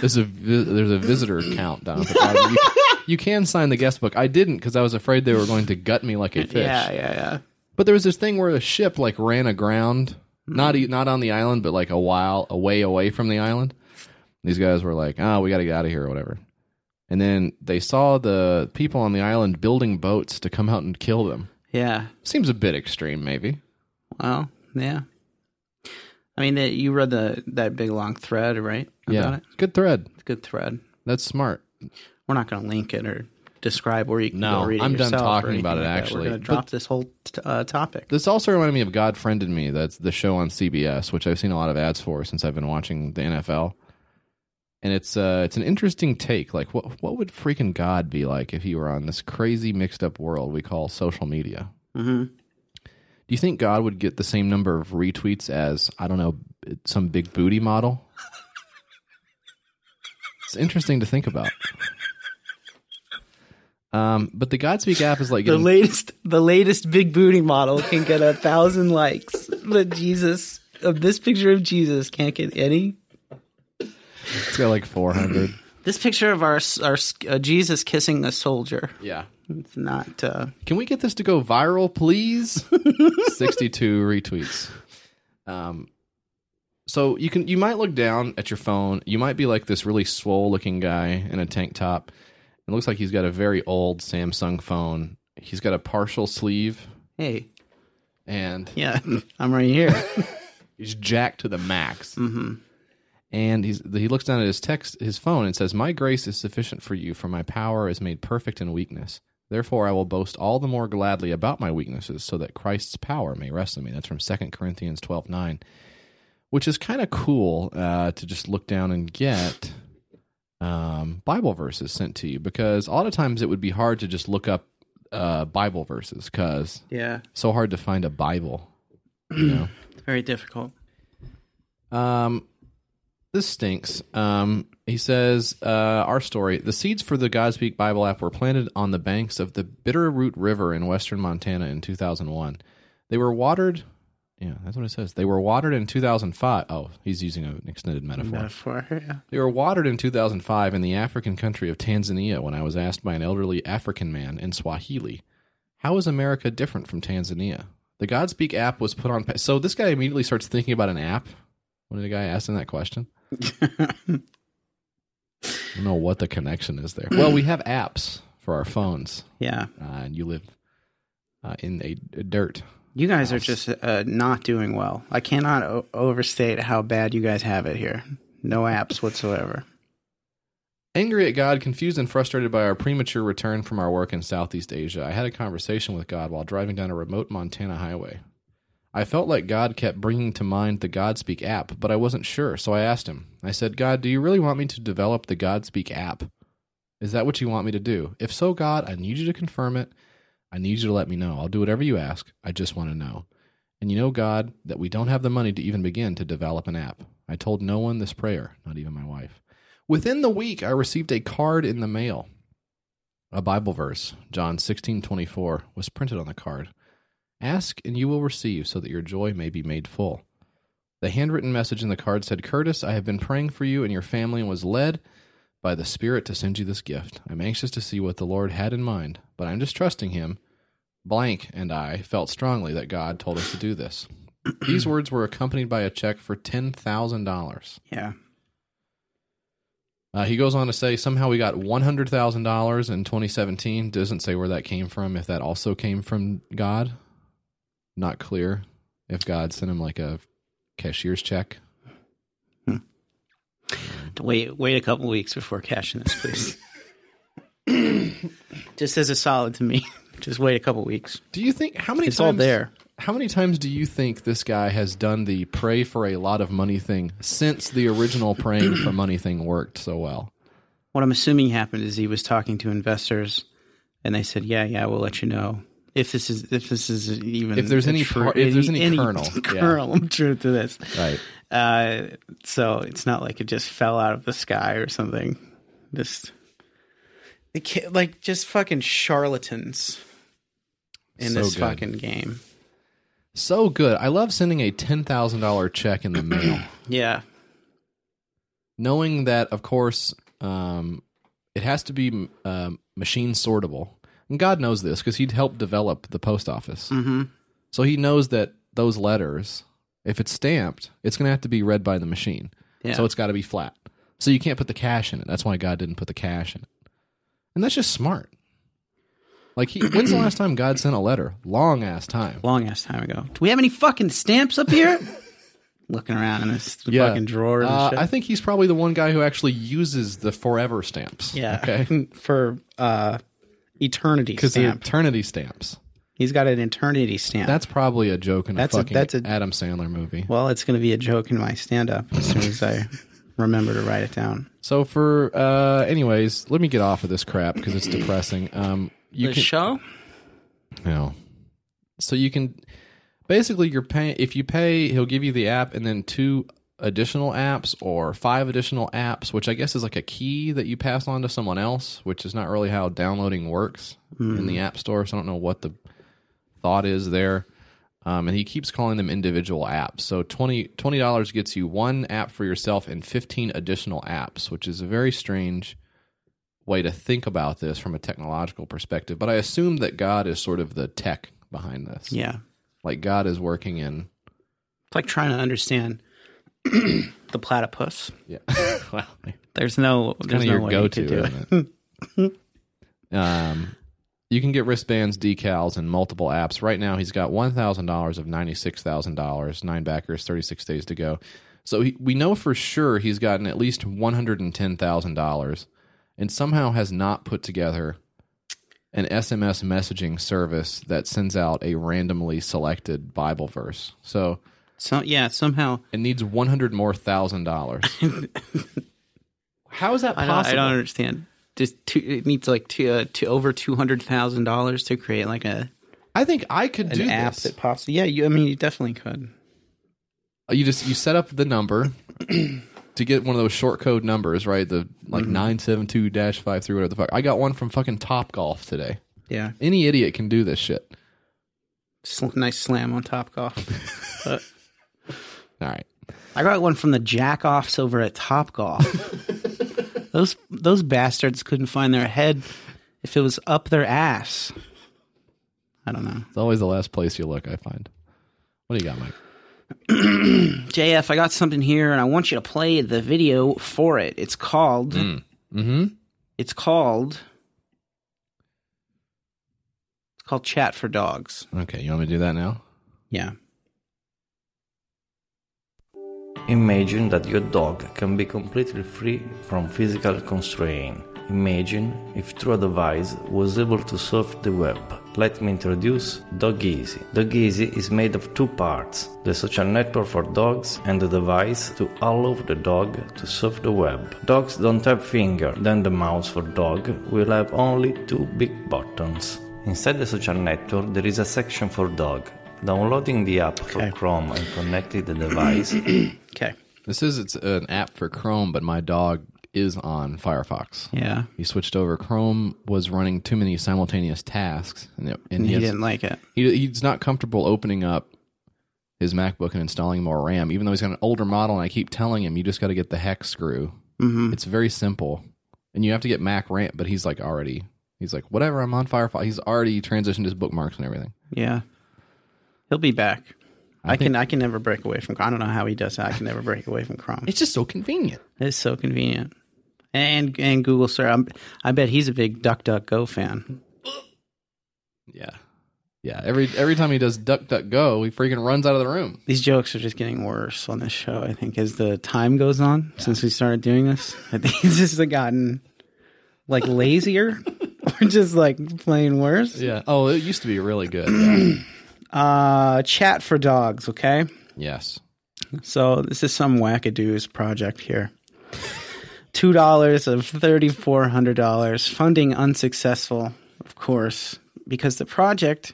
Speaker 3: There's a vi- there's a visitor count down. At the bottom. You, you can sign the guest book. I didn't because I was afraid they were going to gut me like a fish.
Speaker 4: yeah, yeah, yeah.
Speaker 3: But there was this thing where a ship like ran aground, not e- not on the island, but like a while away away from the island. These guys were like, "Ah, we got to get out of here," or whatever. And then they saw the people on the island building boats to come out and kill them.
Speaker 4: Yeah.
Speaker 3: Seems a bit extreme, maybe.
Speaker 4: Well, yeah. I mean, that you read the that big long thread, right? About
Speaker 3: yeah,
Speaker 4: it?
Speaker 3: good thread.
Speaker 4: Good thread.
Speaker 3: That's smart.
Speaker 4: We're not going to link it or describe where you can
Speaker 3: No,
Speaker 4: go read it
Speaker 3: I'm done
Speaker 4: yourself or
Speaker 3: talking
Speaker 4: anything
Speaker 3: about it,
Speaker 4: like that.
Speaker 3: actually.
Speaker 4: we're going to drop this whole t- uh, topic.
Speaker 3: This also reminded me of God Friended Me. That's the show on CBS, which I've seen a lot of ads for since I've been watching the NFL. And it's uh, it's an interesting take. Like, what what would freaking God be like if he were on this crazy mixed up world we call social media?
Speaker 4: hmm
Speaker 3: Do you think God would get the same number of retweets as I don't know some big booty model? it's interesting to think about. Um, but the God Speak app is like
Speaker 4: The
Speaker 3: getting-
Speaker 4: latest, the latest big booty model can get a thousand likes, but Jesus, of this picture of Jesus can't get any.
Speaker 3: it's got like four hundred.
Speaker 4: This picture of our our uh, Jesus kissing a soldier.
Speaker 3: yeah.
Speaker 4: It's not. Uh,
Speaker 3: Can we get this to go viral, please? 62 retweets. Um, so you can you might look down at your phone. You might be like this really swole looking guy in a tank top. It looks like he's got a very old Samsung phone. He's got a partial sleeve
Speaker 4: hey,
Speaker 3: and
Speaker 4: yeah, I'm right here.
Speaker 3: he's jacked to the max. Mm-hmm. And he's, he looks down at his text, his phone, and says, "My grace is sufficient for you, for my power is made perfect in weakness. Therefore, I will boast all the more gladly about my weaknesses, so that Christ's power may rest in me." That's from 2 Corinthians twelve nine, which is kind of cool uh, to just look down and get um, Bible verses sent to you, because a lot of times it would be hard to just look up uh, Bible verses, because
Speaker 4: yeah,
Speaker 3: so hard to find a Bible. You know.
Speaker 4: very difficult.
Speaker 3: Um, this stinks. Um, he says, uh, our story. The seeds for the Godspeak Bible app were planted on the banks of the Bitterroot River in western Montana in 2001. They were watered. Yeah, that's what it says. They were watered in 2005. Oh, he's using an extended metaphor.
Speaker 4: Metaphor. Yeah.
Speaker 3: They were watered in 2005 in the African country of Tanzania when I was asked by an elderly African man in Swahili, How is America different from Tanzania? The Godspeak app was put on. pa- So this guy immediately starts thinking about an app when the guy asked him that question. I don't know what the connection is there. Well, we have apps for our phones,
Speaker 4: yeah.
Speaker 3: uh, and you live uh, in a, a dirt.
Speaker 4: You guys are just uh, not doing well. I cannot o- overstate how bad you guys have it here. No apps whatsoever.
Speaker 3: Angry at God, confused and frustrated by our premature return from our work in Southeast Asia, I had a conversation with God while driving down a remote Montana highway. I felt like God kept bringing to mind the Godspeak app, but I wasn't sure, so I asked him. I said, God, do you really want me to develop the Godspeak app? Is that what you want me to do? If so, God, I need you to confirm it. I need you to let me know. I'll do whatever you ask. I just want to know. And you know, God, that we don't have the money to even begin to develop an app. I told no one this prayer, not even my wife. Within the week, I received a card in the mail. A Bible verse, John sixteen twenty four, was printed on the card. Ask and you will receive, so that your joy may be made full. The handwritten message in the card said, Curtis, I have been praying for you and your family and was led by the Spirit to send you this gift. I'm anxious to see what the Lord had in mind, but I'm just trusting Him. Blank and I felt strongly that God told us to do this. These words were accompanied by a check for ten thousand dollars.
Speaker 4: Yeah.
Speaker 3: Uh, he goes on to say somehow we got one hundred thousand dollars in 2017. Doesn't say where that came from. If that also came from God, not clear. If God sent him like a cashier's check,
Speaker 4: Wait, wait a couple weeks before cashing this, please. Just as a solid to me. Just wait a couple weeks.
Speaker 3: do you think how many
Speaker 4: It's all
Speaker 3: times
Speaker 4: there.
Speaker 3: How many times do you think this guy has done the pray for a lot of money thing since the original praying for money thing worked so well?
Speaker 4: What I'm assuming happened is he was talking to investors, and they said, "Yeah, yeah, we'll let you know if this is if this is even
Speaker 3: If there's
Speaker 4: a
Speaker 3: any par- if there's any kernel, yeah.
Speaker 4: kernel of truth to this."
Speaker 3: Right.
Speaker 4: Uh, so it's not like it just fell out of the sky or something. Just the ki- like just fucking charlatans in
Speaker 3: So
Speaker 4: this
Speaker 3: good.
Speaker 4: fucking game.
Speaker 3: So good. I love sending a ten thousand dollar check in the mail.
Speaker 4: Yeah,
Speaker 3: knowing that, of course, um, it has to be um machine sortable. And God knows this because he'd helped develop the post office.
Speaker 4: Mhm.
Speaker 3: So he knows that those letters, if it's stamped, it's going to have to be read by the machine.
Speaker 4: Yeah.
Speaker 3: So it's got to be flat. So you can't put the cash in it. That's why God didn't put the cash in it. And that's just smart. Like, he, when's the last time God sent a letter? Long ass time.
Speaker 4: long ass time ago. Do we have any fucking stamps up here? Looking around in this fucking drawer. And
Speaker 3: Uh,
Speaker 4: shit.
Speaker 3: I think he's probably the one guy who actually uses the forever stamps.
Speaker 4: Yeah.
Speaker 3: Okay.
Speaker 4: For uh eternity
Speaker 3: Because the
Speaker 4: stamp.
Speaker 3: eternity stamps.
Speaker 4: He's got an eternity stamp.
Speaker 3: That's probably a joke in
Speaker 4: That's a-
Speaker 3: a fucking
Speaker 4: that's a-
Speaker 3: Adam Sandler movie.
Speaker 4: well, it's gonna be a joke in my stand up as soon as I remember to write it down.
Speaker 3: So for uh anyways, let me get off of this crap because it's depressing. Um you can
Speaker 4: show?
Speaker 3: No. So you can basically you're paying if you pay, he'll give you the app and then two additional apps or five additional apps, which I guess is like a key that you pass on to someone else, which is not really how downloading works in the app store. So I don't know what the thought is there. Um, and he keeps calling them individual apps. So 20 dollars gets you one app for yourself and fifteen additional apps, which is a very strange way to think about this from a technological perspective. But I assume that God is sort of the tech behind this.
Speaker 4: Yeah.
Speaker 3: Like God is working in.
Speaker 4: It's like trying to understand the platypus.
Speaker 3: Yeah. well,
Speaker 4: There's no
Speaker 3: kind
Speaker 4: there's
Speaker 3: of
Speaker 4: no
Speaker 3: your
Speaker 4: way
Speaker 3: go-to,
Speaker 4: to do it.
Speaker 3: isn't it? um, you can get wristbands, decals, and multiple apps. Right now, he's got one thousand dollars of ninety-six thousand dollars, nine backers, thirty-six days to go. So he, we know for sure he's gotten at least one hundred and ten thousand dollars, and somehow has not put together an SMS messaging service that sends out a randomly selected Bible verse. So
Speaker 4: So yeah, somehow
Speaker 3: it needs one hundred more thousand dollars. How is that
Speaker 4: I
Speaker 3: possible?
Speaker 4: don't, I don't understand. Just two, it needs like two, uh, two over two hundred thousand dollars to create like a
Speaker 3: I think I could
Speaker 4: an
Speaker 3: do
Speaker 4: app
Speaker 3: this.
Speaker 4: that pops. Yeah, you, I mean, you definitely could.
Speaker 3: you just you set up the number to get one of those short code numbers, right? The like
Speaker 4: Mm-hmm.
Speaker 3: nine seven two dash five three whatever the fuck. I got one from fucking Top Golf today.
Speaker 4: Yeah,
Speaker 3: Any idiot can do this shit.
Speaker 4: Sl- nice slam on top golf.
Speaker 3: All right.
Speaker 4: I got one from the jack offs over at Top Golf. those those bastards couldn't find their head if it was up their ass. I don't know.
Speaker 3: It's always the last place you look, I find. What do you got, Mike?
Speaker 4: JF, I got something here and I want you to play the video for it. It's called
Speaker 3: Mm-hmm.
Speaker 4: it's called It's called Chat for Dogs.
Speaker 3: Okay, you want me to do that now?
Speaker 4: Yeah.
Speaker 6: Imagine that your dog can be completely free from physical constraint. Imagine if True Advice was able to surf the web. Let me introduce Dog Easy. Dog Easy is made of two parts the social network for dogs and the device to allow the dog to surf the web. Dogs don't have finger, then the mouse for dog will have only two big buttons. Inside the social network, there is a section for dog. Downloading the app for Chrome and connecting the device
Speaker 4: Okay.
Speaker 3: This is it's an app for Chrome, but my dog is on Firefox.
Speaker 4: Yeah.
Speaker 3: He switched over. Chrome was running too many simultaneous tasks, and, it, and
Speaker 4: He
Speaker 3: has-
Speaker 4: didn't like it.
Speaker 3: he, he's not comfortable opening up his MacBook and installing more RAM, even though he's got an older model. And I keep telling him, you just got to get the hex screw. Mm-hmm. It's very simple. and you have to get Mac Rant, but he's like already he's like whatever. I'm on Firefly. He's already transitioned his bookmarks and everything.
Speaker 4: Yeah, he'll be back. I,
Speaker 3: think-
Speaker 4: can I can never break away from. I don't know how he does that. I can never break away from Chrome.
Speaker 3: It's just so convenient.
Speaker 4: It's so convenient. And and Google Sir, I'm, I bet he's a big DuckDuckGo fan.
Speaker 3: Yeah, yeah. Every every time he does Duck Duck Go, he freaking runs out of the room.
Speaker 4: These jokes are just getting worse on this show. I think as the time goes on since we started doing this, I think it's just gotten like lazier or just like plain worse.
Speaker 3: Yeah. Oh, it used to be really good. Yeah.
Speaker 4: Uh, chat for dogs. Okay.
Speaker 3: yes.
Speaker 4: So this is some wackadoos project here. Two dollars of thirty four hundred dollars funding unsuccessful, of course, because the project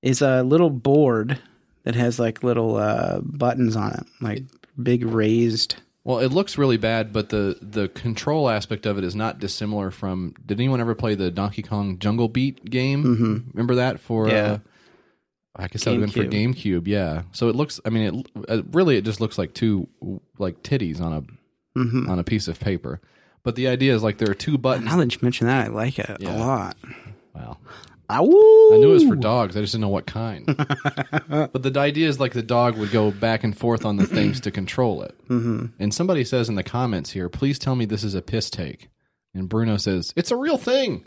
Speaker 4: is a little board that has like little uh, buttons on it, like big raised.
Speaker 3: Well, it looks really bad, but the the control aspect of it is not dissimilar from. Did anyone ever play the Donkey Kong Jungle Beat game? Mm-hmm. Remember that for?
Speaker 4: Yeah.
Speaker 3: Uh, I guess that would have been for GameCube. Yeah. So it looks. I mean, it uh, really it just looks like two like titties on a on a piece of paper. But the idea is like there are two buttons.
Speaker 4: Now that you mention that, I like it a lot.
Speaker 3: Wow.
Speaker 4: Ow!
Speaker 3: I knew it was for dogs. I just didn't know what kind. but the idea is like the dog would go back and forth on the things to control it. Mm-hmm. And somebody says in the comments here, please tell me this is a piss take. And Bruno says, it's a real thing,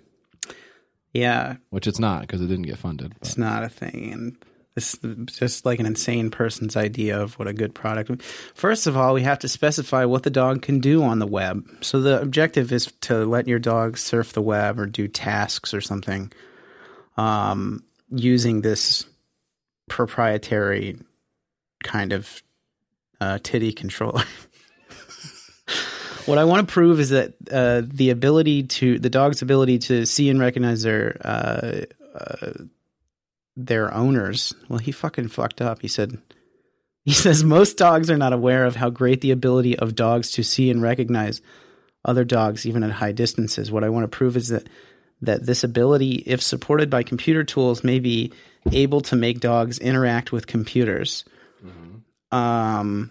Speaker 4: Yeah,
Speaker 3: which it's not because it didn't get funded. but-
Speaker 4: it's not a thing and it's just like an insane person's idea of what a good product first of all we have to specify what the dog can do on the web so the objective is to let your dog surf the web or do tasks or something um, using this proprietary kind of uh, titty controller what I want to prove is that uh, the ability to the dog's ability to see and recognize their uh, their owners. Well, he fucking fucked up. He said, he says most dogs are not aware of how great the ability of dogs to see and recognize other dogs, even at high distances. What I want to prove is that that this ability, if supported by computer tools, may be able to make dogs interact with computers. Um,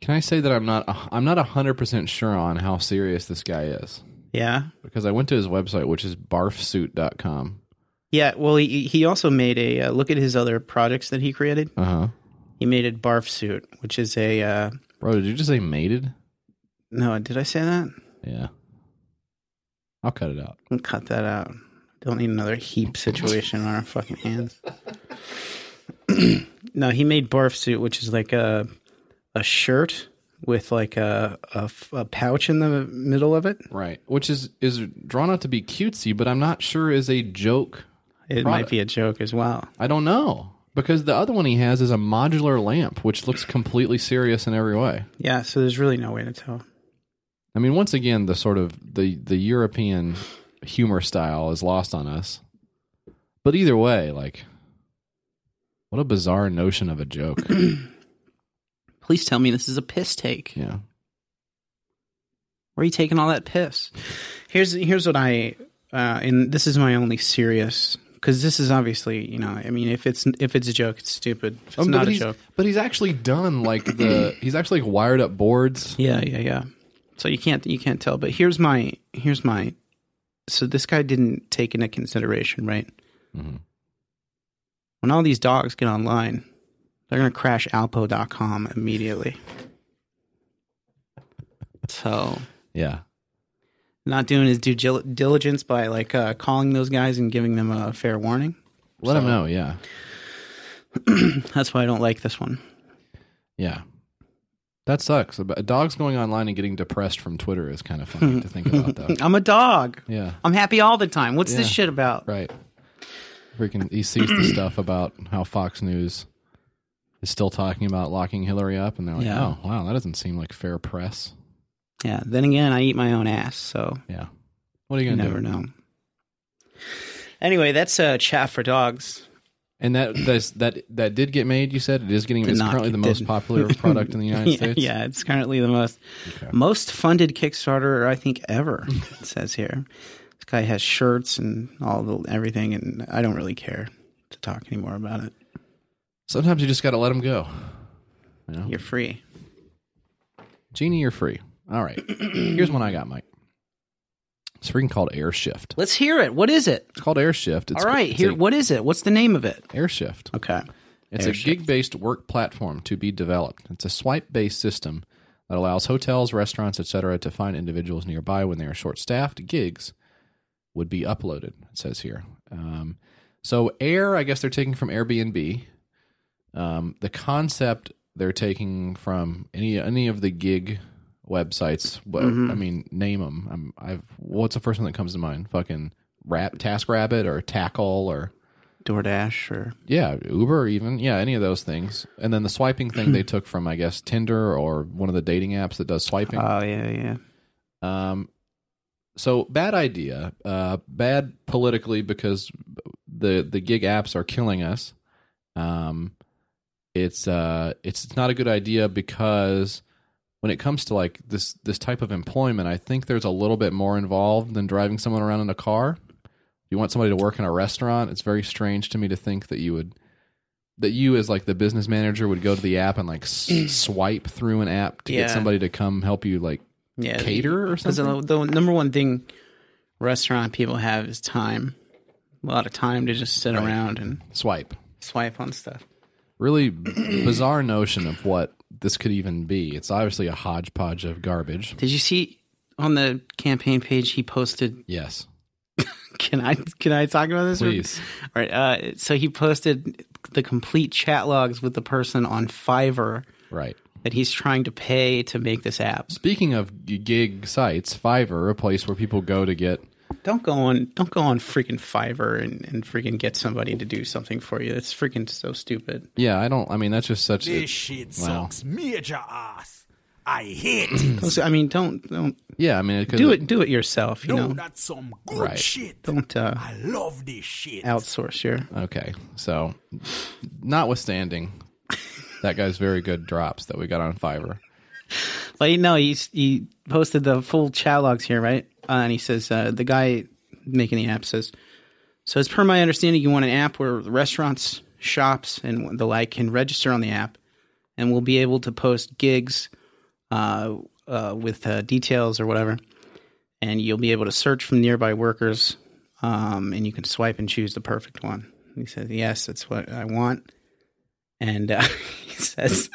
Speaker 3: Can I say that I'm not I'm not 100% sure on how serious this guy is?
Speaker 4: yeah,
Speaker 3: Because I went to his website, which is barfsuit.com.
Speaker 4: yeah. Well, he he also made a uh, look at his other projects that he created.
Speaker 3: Uh huh.
Speaker 4: He made a barf suit, which is a uh,
Speaker 3: Bro, did you just say mated?
Speaker 4: no. Did I say that?
Speaker 3: Yeah. I'll cut it out.
Speaker 4: We'll Cut that out. Don't need another heap situation on our fucking hands. no, he made barf suit, which is like a a shirt with like a, a f- a pouch in the middle of it.
Speaker 3: Right, which is is drawn out to be cutesy, but I'm not sure is a joke.
Speaker 4: It might be a joke as well.
Speaker 3: I don't know because the other one he has is a modular lamp, which looks completely serious in every way.
Speaker 4: Yeah, so there's really no way to tell.
Speaker 3: I mean, once again, the sort of the the European humor style is lost on us. But either way, like, what a bizarre notion of a joke.
Speaker 4: Please tell me this is a piss take.
Speaker 3: yeah,
Speaker 4: Where are you taking all that piss? Here's here's what I uh, and this is my only serious because this is obviously you know I mean if it's if it's a joke it's stupid if it's
Speaker 3: Um,
Speaker 4: not
Speaker 3: but
Speaker 4: a
Speaker 3: he's-
Speaker 4: joke
Speaker 3: But he's actually done like the he's actually like wired up boards.
Speaker 4: Yeah, yeah, yeah. So you can't you can't tell. But here's my here's my. So this guy didn't take into consideration, right?
Speaker 3: Mm-hmm.
Speaker 4: When all these dogs get online, they're gonna crash Alpo.com immediately. So
Speaker 3: Yeah,
Speaker 4: not doing his due gil- diligence by like uh, calling those guys and giving them a fair warning.
Speaker 3: let him know. Yeah,
Speaker 4: That's why I don't like this one.
Speaker 3: Yeah. That sucks. But dogs going online and getting depressed from Twitter is kind of funny to think about, though.
Speaker 4: I'm a dog.
Speaker 3: Yeah.
Speaker 4: I'm happy all the time. What's this
Speaker 3: Yeah.
Speaker 4: shit about?
Speaker 3: Right. Freaking, he sees the stuff about how Fox News is still talking about locking Hillary up, and they're like,
Speaker 4: Yeah.
Speaker 3: oh, wow, that doesn't seem like fair press.
Speaker 4: Yeah. Then again, I eat my own ass, so
Speaker 3: Yeah. What are you going to do?
Speaker 4: never know. Anyway, that's uh, chat for dogs.
Speaker 3: And that that's, that that did get made. You said it is getting. it's
Speaker 4: not
Speaker 3: currently
Speaker 4: get-
Speaker 3: the most
Speaker 4: didn't.
Speaker 3: popular product in the United
Speaker 4: yeah,
Speaker 3: States.
Speaker 4: yeah, it's currently the most most funded Kickstarter I think ever. it says here, this guy has shirts and all the everything, and I don't really care to talk anymore about it.
Speaker 3: Sometimes you just got to let them go.
Speaker 4: You're free.
Speaker 3: Genie, you're free. All right. Here's one I got, Mike. It's freaking called Airshift.
Speaker 4: Let's hear it. What is it?
Speaker 3: It's called Airshift. It's
Speaker 4: All right,
Speaker 3: it's
Speaker 4: here.
Speaker 3: a-
Speaker 4: what is it? What's the name of it?
Speaker 3: Airshift.
Speaker 4: Okay.
Speaker 3: It's
Speaker 4: Airshift.
Speaker 3: a gig based work platform to be developed. It's a swipe based system that allows hotels, restaurants, etc. to find individuals nearby when they are short staffed. Gigs would be uploaded, it says here. Um, so, Air, I guess they're taking from Airbnb. Um, the concept they're taking from any any of the gig websites. What, I mean, name them. I'm, I've, what's the first one that comes to mind? Fucking Rap, TaskRabbit or Tackle or
Speaker 4: DoorDash or
Speaker 3: yeah, Uber, even yeah, any of those things. And then the swiping thing they took from, I guess, Tinder or one of the dating apps that does swiping.
Speaker 4: oh yeah yeah.
Speaker 3: Um, so bad idea, uh, bad politically because the the gig apps are killing us. Um, it's uh, it's not a good idea because when it comes to like this this type of employment, I think there's a little bit more involved than driving someone around in a car. You want somebody to work in a restaurant. It's very strange to me to think that you would that you as like the business manager would go to the app and like s- swipe through an app to
Speaker 4: Yeah.
Speaker 3: get somebody to come help you like
Speaker 4: Yeah.
Speaker 3: cater or
Speaker 4: Because
Speaker 3: something.
Speaker 4: the, the number one thing restaurant people have is time. A lot of time to just sit around and
Speaker 3: Swipe.
Speaker 4: swipe on stuff.
Speaker 3: Really b- bizarre notion of what this could even be. It's obviously a hodgepodge of garbage.
Speaker 4: Did you see on the campaign page he posted?
Speaker 3: Yes.
Speaker 4: Can I can I talk about this? one?
Speaker 3: Please.
Speaker 4: All right. Uh, so he posted the complete chat logs with the person on Fiverr
Speaker 3: Right.
Speaker 4: that he's trying to pay to make this app.
Speaker 3: Speaking of g- gig sites, Fiverr, a place where people go to get
Speaker 4: Don't go on don't go on freaking Fiverr and, and freaking get somebody to do something for you. That's freaking so stupid.
Speaker 3: Yeah, I don't I mean that's just such
Speaker 7: This
Speaker 3: a,
Speaker 7: shit
Speaker 3: wow.
Speaker 7: sucks major ass. I hate it.
Speaker 4: Don't- I mean don't don't
Speaker 3: Yeah, I mean it could
Speaker 4: do it do it yourself, you
Speaker 7: No,
Speaker 4: know.
Speaker 7: that's some good
Speaker 3: Right.
Speaker 7: shit.
Speaker 4: Don't uh,
Speaker 7: I love this shit.
Speaker 4: outsource your
Speaker 3: Okay. So notwithstanding that guy's very good drops that we got on Fiverr.
Speaker 4: Like no, he he posted the full chat logs here, right? Uh, and he says uh, the guy making the app says, "So as per my understanding, you want an app where the restaurants, shops, and the like can register on the app, and we'll be able to post gigs uh, uh, with uh, details or whatever, and you'll be able to search from nearby workers, um, and you can swipe and choose the perfect one." And he says, "Yes, that's what I want," and uh, he says.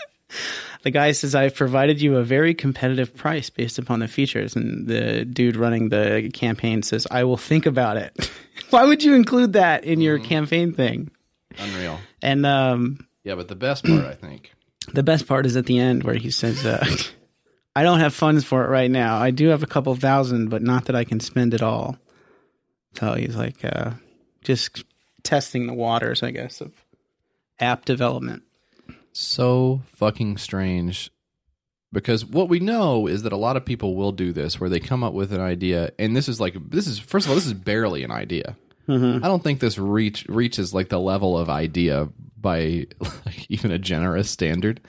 Speaker 4: The guy says, I've provided you a very competitive price based upon the features. And the dude running the campaign says, I will think about it. Why would you include that in your
Speaker 3: Mm-hmm.
Speaker 4: campaign thing?
Speaker 3: Unreal.
Speaker 4: And um,
Speaker 3: Yeah, but the best part I think.
Speaker 4: the best part is at the end where he says, uh, I don't have funds for it right now. I do have a couple thousand, but not that I can spend it all. So he's like, uh, just testing the waters, I guess, of app development.
Speaker 3: so fucking strange because what we know is that a lot of people will do this where they come up with an idea and this is like this is first of all this is barely an idea i don't think this reach reaches like the level of idea by like, even a generous standard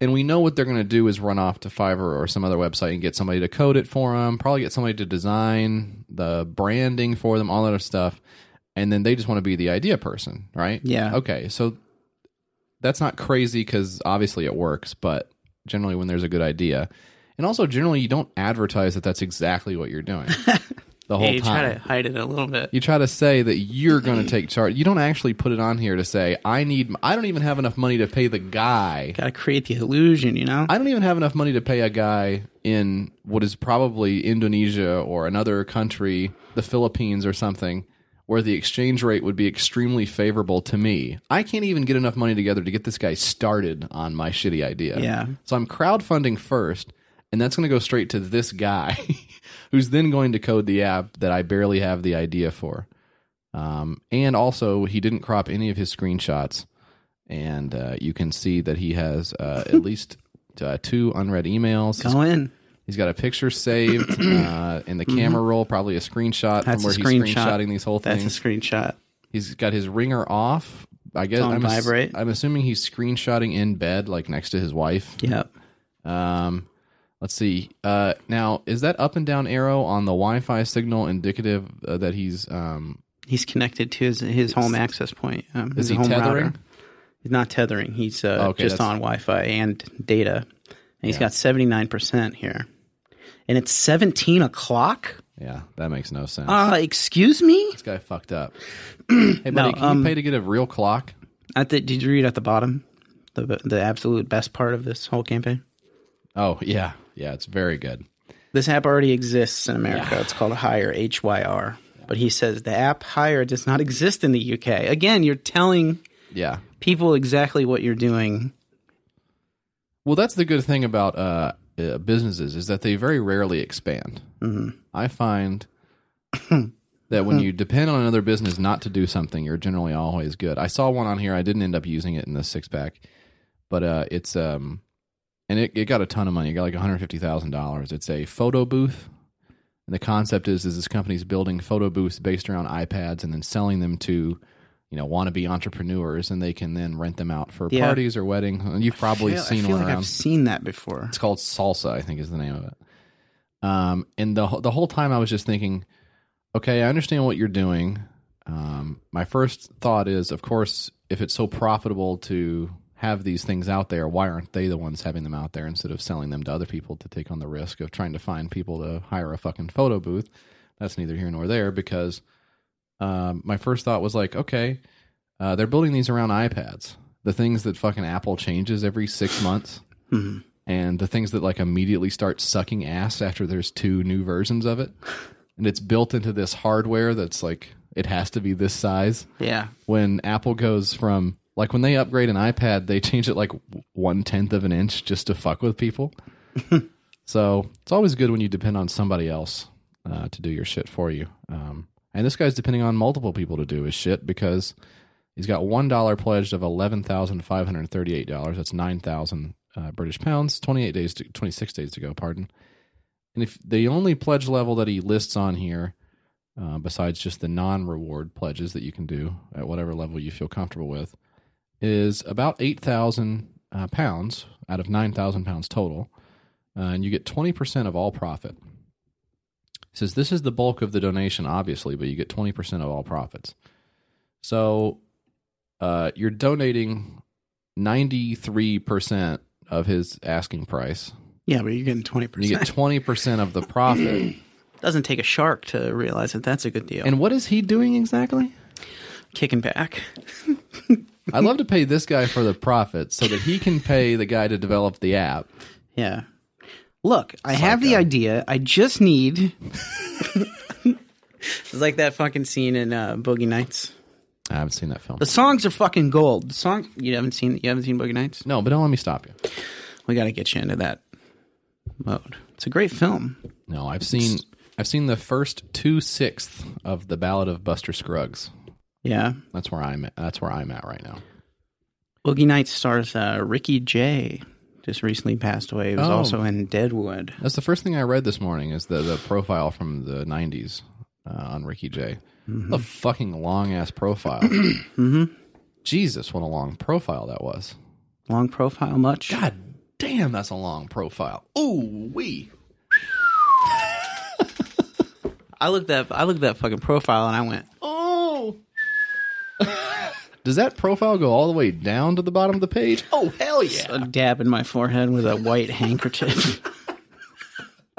Speaker 3: and we know what they're going to do is run off to Fiverr or some other website and get somebody to code it for them, probably get somebody to design the branding for them, all that other stuff. And then they just want to be the idea person, right?
Speaker 4: Yeah.
Speaker 3: Okay. So that's not crazy because obviously it works, but generally when there's a good idea. And also, generally, you don't advertise that that's exactly what you're doing the whole
Speaker 4: Yeah, you
Speaker 3: time
Speaker 4: try to hide it a little bit.
Speaker 3: you try to say that you're going to take charge. You don't actually put it on here to say I need. I don't even have enough money to pay the guy.
Speaker 4: Got to create the illusion, you know?
Speaker 3: I don't even have enough money to pay a guy in what is probably Indonesia or another country, the Philippines or something, where the exchange rate would be extremely favorable to me. I can't even get enough money together to get this guy started on my shitty idea.
Speaker 4: Yeah.
Speaker 3: So I'm crowdfunding first, and that's going to go straight to this guy who's then going to code the app that I barely have the idea for. Um, and also, he didn't crop any of his screenshots and uh, you can see that he has uh, at least uh, two unread emails.
Speaker 4: Go in.
Speaker 3: He's got a picture saved uh, in the camera roll, probably a screenshot
Speaker 4: Mm-hmm. That's
Speaker 3: from where
Speaker 4: a
Speaker 3: he's
Speaker 4: screenshot.
Speaker 3: screenshotting these whole
Speaker 4: That's
Speaker 3: things.
Speaker 4: a screenshot.
Speaker 3: he's got his ringer off. I guess
Speaker 4: on
Speaker 3: I'm, ass-
Speaker 4: vibrate.
Speaker 3: I'm assuming he's screenshotting in bed, like next to his wife.
Speaker 4: Yep.
Speaker 3: Um, let's see. Uh, now is that up and down arrow on the Wi-Fi signal indicative uh, that he's um,
Speaker 4: He's connected to his his home access point. Um,
Speaker 3: is
Speaker 4: his
Speaker 3: he
Speaker 4: home
Speaker 3: tethering?
Speaker 4: Router. He's not tethering. He's uh,
Speaker 3: Okay,
Speaker 4: just
Speaker 3: that's-
Speaker 4: on Wi-Fi and data. And he's got 79% here. And it's 17 o'clock?
Speaker 3: Yeah, that makes no sense.
Speaker 4: Uh, excuse me?
Speaker 3: this guy fucked up. hey, buddy, can you pay to get a real clock?
Speaker 4: At the, did you read at the bottom the, the absolute best part of this whole campaign?
Speaker 3: Oh, yeah. Yeah, it's very good.
Speaker 4: This app already exists in America. It's called Hire, H Y R. But he says the app Hire does not exist in the UK. Again, you're telling
Speaker 3: Yeah.
Speaker 4: people exactly what you're doing.
Speaker 3: Well, that's the good thing about uh, uh, businesses is that they very rarely expand. I find that when you depend on another business not to do something, you're generally always good. I saw one on here. I didn't end up using it in the six pack, but uh, it's um, and it, it got a ton of money. It got like one hundred fifty thousand dollars. It's a photo booth. And the concept is, is this company's building photo booths based around iPads and then selling them to, you know, wannabe entrepreneurs, and they can then rent them out for
Speaker 4: Yeah.
Speaker 3: parties or weddings. And you've probably
Speaker 4: I feel,
Speaker 3: seen
Speaker 4: I feel
Speaker 3: one
Speaker 4: like
Speaker 3: around.
Speaker 4: I've seen that before.
Speaker 3: It's called Salsa, I think is the name of it. Um, and the wh- the whole time I was just thinking, okay, I understand what you're doing. Um, my first thought is, of course, if it's so profitable to have these things out there, why aren't they the ones having them out there instead of selling them to other people to take on the risk of trying to find people to hire a fucking photo booth? That's neither here nor there because um, my first thought was like, okay, uh, they're building these around iPads, the things that fucking Apple changes every six months and the things that like immediately start sucking ass after there's two new versions of it. And it's built into this hardware that's like it has to be this size.
Speaker 4: Yeah.
Speaker 3: When Apple goes from like when they upgrade an iPad, they change it like one tenth of an inch just to fuck with people. so it's always good when you depend on somebody else uh, to do your shit for you. Um, and this guy's depending on multiple people to do his shit because He's got one dollar pledged of eleven thousand five hundred thirty-eight dollars. That's nine thousand uh, British pounds. Twenty-eight days, to, twenty-six days to go. Pardon. And if the only pledge level that he lists on here, uh, besides just the non-reward pledges that you can do at whatever level you feel comfortable with, is about eight thousand uh, pounds out of nine thousand pounds total, uh, and you get twenty percent of all profit. It says this is the bulk of the donation, obviously, but you get twenty percent of all profits. So uh, you're donating 93% of his asking price.
Speaker 4: Yeah, but you're getting 20%.
Speaker 3: And you get 20% of the profit.
Speaker 4: Doesn't take a shark to realize that that's a good deal.
Speaker 3: and what is he doing exactly?
Speaker 4: Kicking back.
Speaker 3: I'd love to pay this guy for the profit so that he can pay the guy to develop the app.
Speaker 4: Yeah. Look, I have the idea. I just need. it's like that fucking scene in uh, Boogie Nights.
Speaker 3: I haven't seen that film.
Speaker 4: The songs are fucking gold. The song you haven't seen. You haven't seen Boogie Nights.
Speaker 3: No, but don't let me stop you.
Speaker 4: We got to get you into that mode. It's a great film.
Speaker 3: No, I've seen I've seen the first two sixth of the Ballad of Buster Scruggs.
Speaker 4: Yeah.
Speaker 3: That's where I'm. At, that's where I'm at right now.
Speaker 4: Boogie Nights stars uh, Ricky Jay. Just recently passed away. He was
Speaker 3: Oh.
Speaker 4: also in Deadwood.
Speaker 3: That's the first thing I read this morning is the, the profile from the 90s uh, on Ricky Jay. The fucking long ass profile. Jesus, what a long profile that was.
Speaker 4: Long profile much?
Speaker 3: God damn, that's a long profile. Ooh, wee.
Speaker 4: I looked that I looked that fucking profile and I went,
Speaker 3: Oh. Does that profile go all the way down to the bottom of the page? Oh, hell yeah.
Speaker 4: a dab in my forehead with a white handkerchief.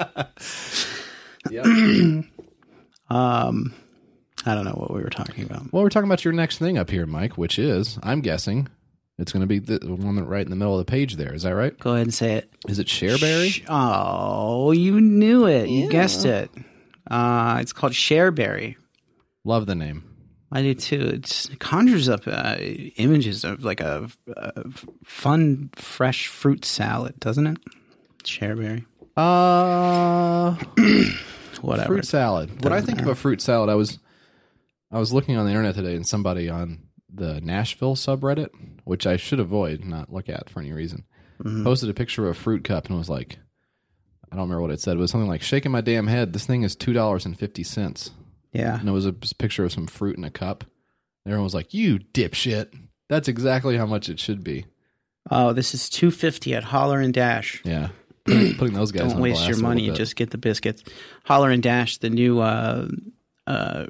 Speaker 4: um, I don't know what we were talking about.
Speaker 3: Well, we're talking about your next thing up here, Mike, which is, I'm guessing, it's going to be the the one that right in the middle of the page there. Is that right?
Speaker 4: Go ahead and say it.
Speaker 3: Is it Shareberry?
Speaker 4: Oh, you knew it. You guessed it. Uh, it's called Shareberry.
Speaker 3: Love the name.
Speaker 4: I do too. It's, it conjures up uh, images of like a, a fun, fresh fruit salad, doesn't it? Shareberry.
Speaker 3: Uh,
Speaker 4: Whatever.
Speaker 3: fruit salad. When I think of a fruit salad, I was I was looking on the internet today, and somebody on the Nashville subreddit, which I should avoid, not look at for any reason, posted a picture of a fruit cup and was like, I don't remember what it said, but it was something like shaking my damn head. This thing is two dollars and fifty cents,
Speaker 4: Yeah.
Speaker 3: and it was a s- picture of some fruit in a cup. And everyone was like, "You dipshit." That's exactly how much it should be.
Speaker 4: Oh, this is two fifty at Holler and Dash.
Speaker 3: Yeah, putting, putting those guys
Speaker 4: Don't
Speaker 3: on
Speaker 4: waste
Speaker 3: blast
Speaker 4: your
Speaker 3: a little
Speaker 4: money.
Speaker 3: bit.
Speaker 4: Just get the biscuits. Holler and Dash, the new, uh, uh,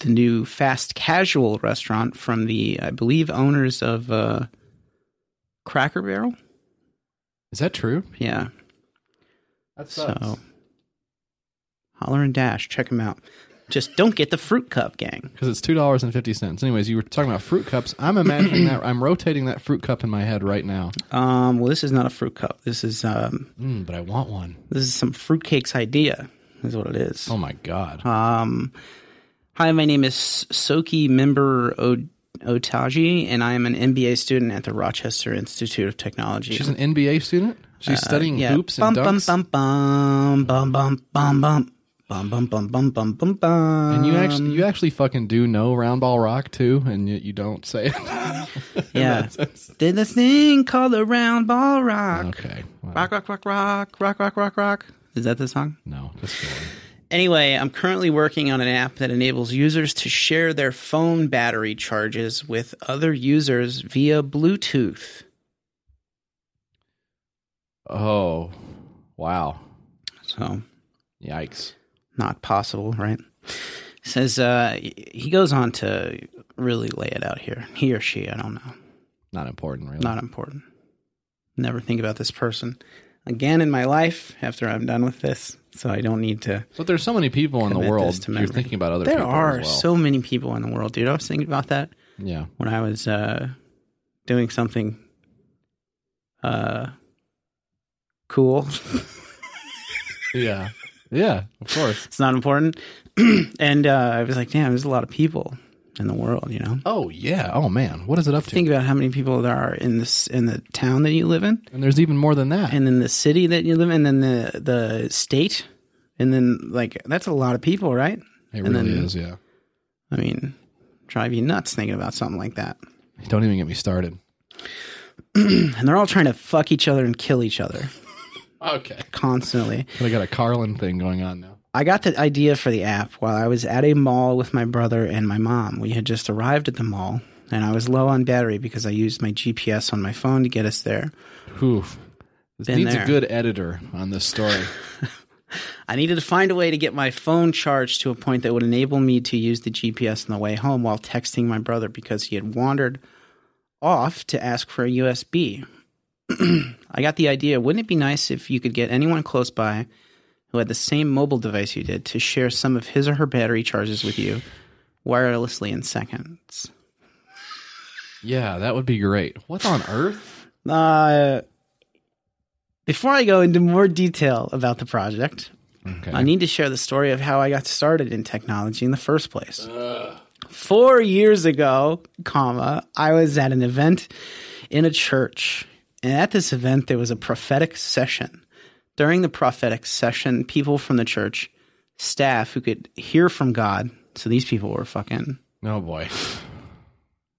Speaker 4: the new fast casual restaurant from the, I believe, owners of uh, Cracker Barrel.
Speaker 3: Is that true?
Speaker 4: Yeah.
Speaker 3: That
Speaker 4: So holler and dash, check them out. Just don't get the fruit cup, gang.
Speaker 3: Because it's two dollars and fifty cents. Anyways, you were talking about fruit cups. I'm imagining that. I'm rotating that fruit cup in my head right now.
Speaker 4: Um, well, this is not a fruit cup. This is um,
Speaker 3: Mm, but I want one.
Speaker 4: this is some fruitcakes idea. Is what it is.
Speaker 3: Oh my god.
Speaker 4: Um, hi, my name is Soki Member o- Otaji, and I am an MBA student at the Rochester Institute of Technology.
Speaker 3: She's an NBA student. She's studying hoops and
Speaker 4: Uh, bum,
Speaker 3: dunks.
Speaker 4: bum, bum, bum, bum, bum, bum, bum, bum, bum, bum, bum, bum, bum.
Speaker 3: And you actually, you actually fucking do know round ball rock too, and yet you don't say it.
Speaker 4: yeah, did this thing called the round ball rock.
Speaker 3: okay. Well,
Speaker 4: Rock, rock, rock, rock, rock, rock, rock, rock. Is that the song?
Speaker 3: No. Just go on.
Speaker 4: Anyway, I'm currently working on an app that enables users to share their phone battery charges with other users via Bluetooth.
Speaker 3: Oh, wow.
Speaker 4: So,
Speaker 3: Yikes.
Speaker 4: not possible, right? Says uh, he goes on to really lay it out here. He or she, I don't know.
Speaker 3: Not important, really.
Speaker 4: Not important. Never think about this person again in my life after I'm done with this. So I don't need to.
Speaker 3: but there's so many people in the
Speaker 4: Commit
Speaker 3: world.
Speaker 4: this to
Speaker 3: You're
Speaker 4: memory.
Speaker 3: thinking about other
Speaker 4: There
Speaker 3: people.
Speaker 4: are
Speaker 3: as well.
Speaker 4: so many people in the world, dude. I was thinking about that
Speaker 3: Yeah.
Speaker 4: when I was uh, doing something uh, cool.
Speaker 3: Yeah. Yeah. Of course.
Speaker 4: it's not important. and uh, I was like, damn, there's a lot of people in the world, you know?
Speaker 3: Oh yeah. Oh man. What is it up to?
Speaker 4: Think about how many people there are in this in the town that you live in,
Speaker 3: and there's even more than that.
Speaker 4: and then the city that you live in, and then the the state, and then like that's a lot of people, right?
Speaker 3: it
Speaker 4: and
Speaker 3: really
Speaker 4: then-
Speaker 3: is. Yeah.
Speaker 4: I mean, drive you nuts thinking about something like that.
Speaker 3: Don't even get me started.
Speaker 4: And they're all trying to fuck each other and kill each other
Speaker 3: Okay.
Speaker 4: constantly.
Speaker 3: But I got a Carlin thing going on now.
Speaker 4: I got the idea for the app while I was at a mall with my brother and my mom. We had just arrived at the mall, and I was low on battery because I used my GPS on my phone to get us there.
Speaker 3: Oof. This
Speaker 4: Been
Speaker 3: needs a
Speaker 4: there.
Speaker 3: good editor on this story.
Speaker 4: I needed to find a way to get my phone charged to a point that would enable me to use the GPS on the way home while texting my brother because he had wandered off to ask for a USB. I got the idea wouldn't it be nice if you could get anyone close by who had the same mobile device you did to share some of his or her battery charges with you wirelessly in seconds?
Speaker 3: yeah, that would be great. What on earth?
Speaker 4: Uh, before I go into more detail about the project,
Speaker 3: Okay.
Speaker 4: I need to share the story of how I got started in technology in the first place. Four years ago, comma, I was at an event in a church. And at this event, there was a prophetic session. During the prophetic session, people from the church, staff who could hear from God, so these people were fucking
Speaker 3: oh boy.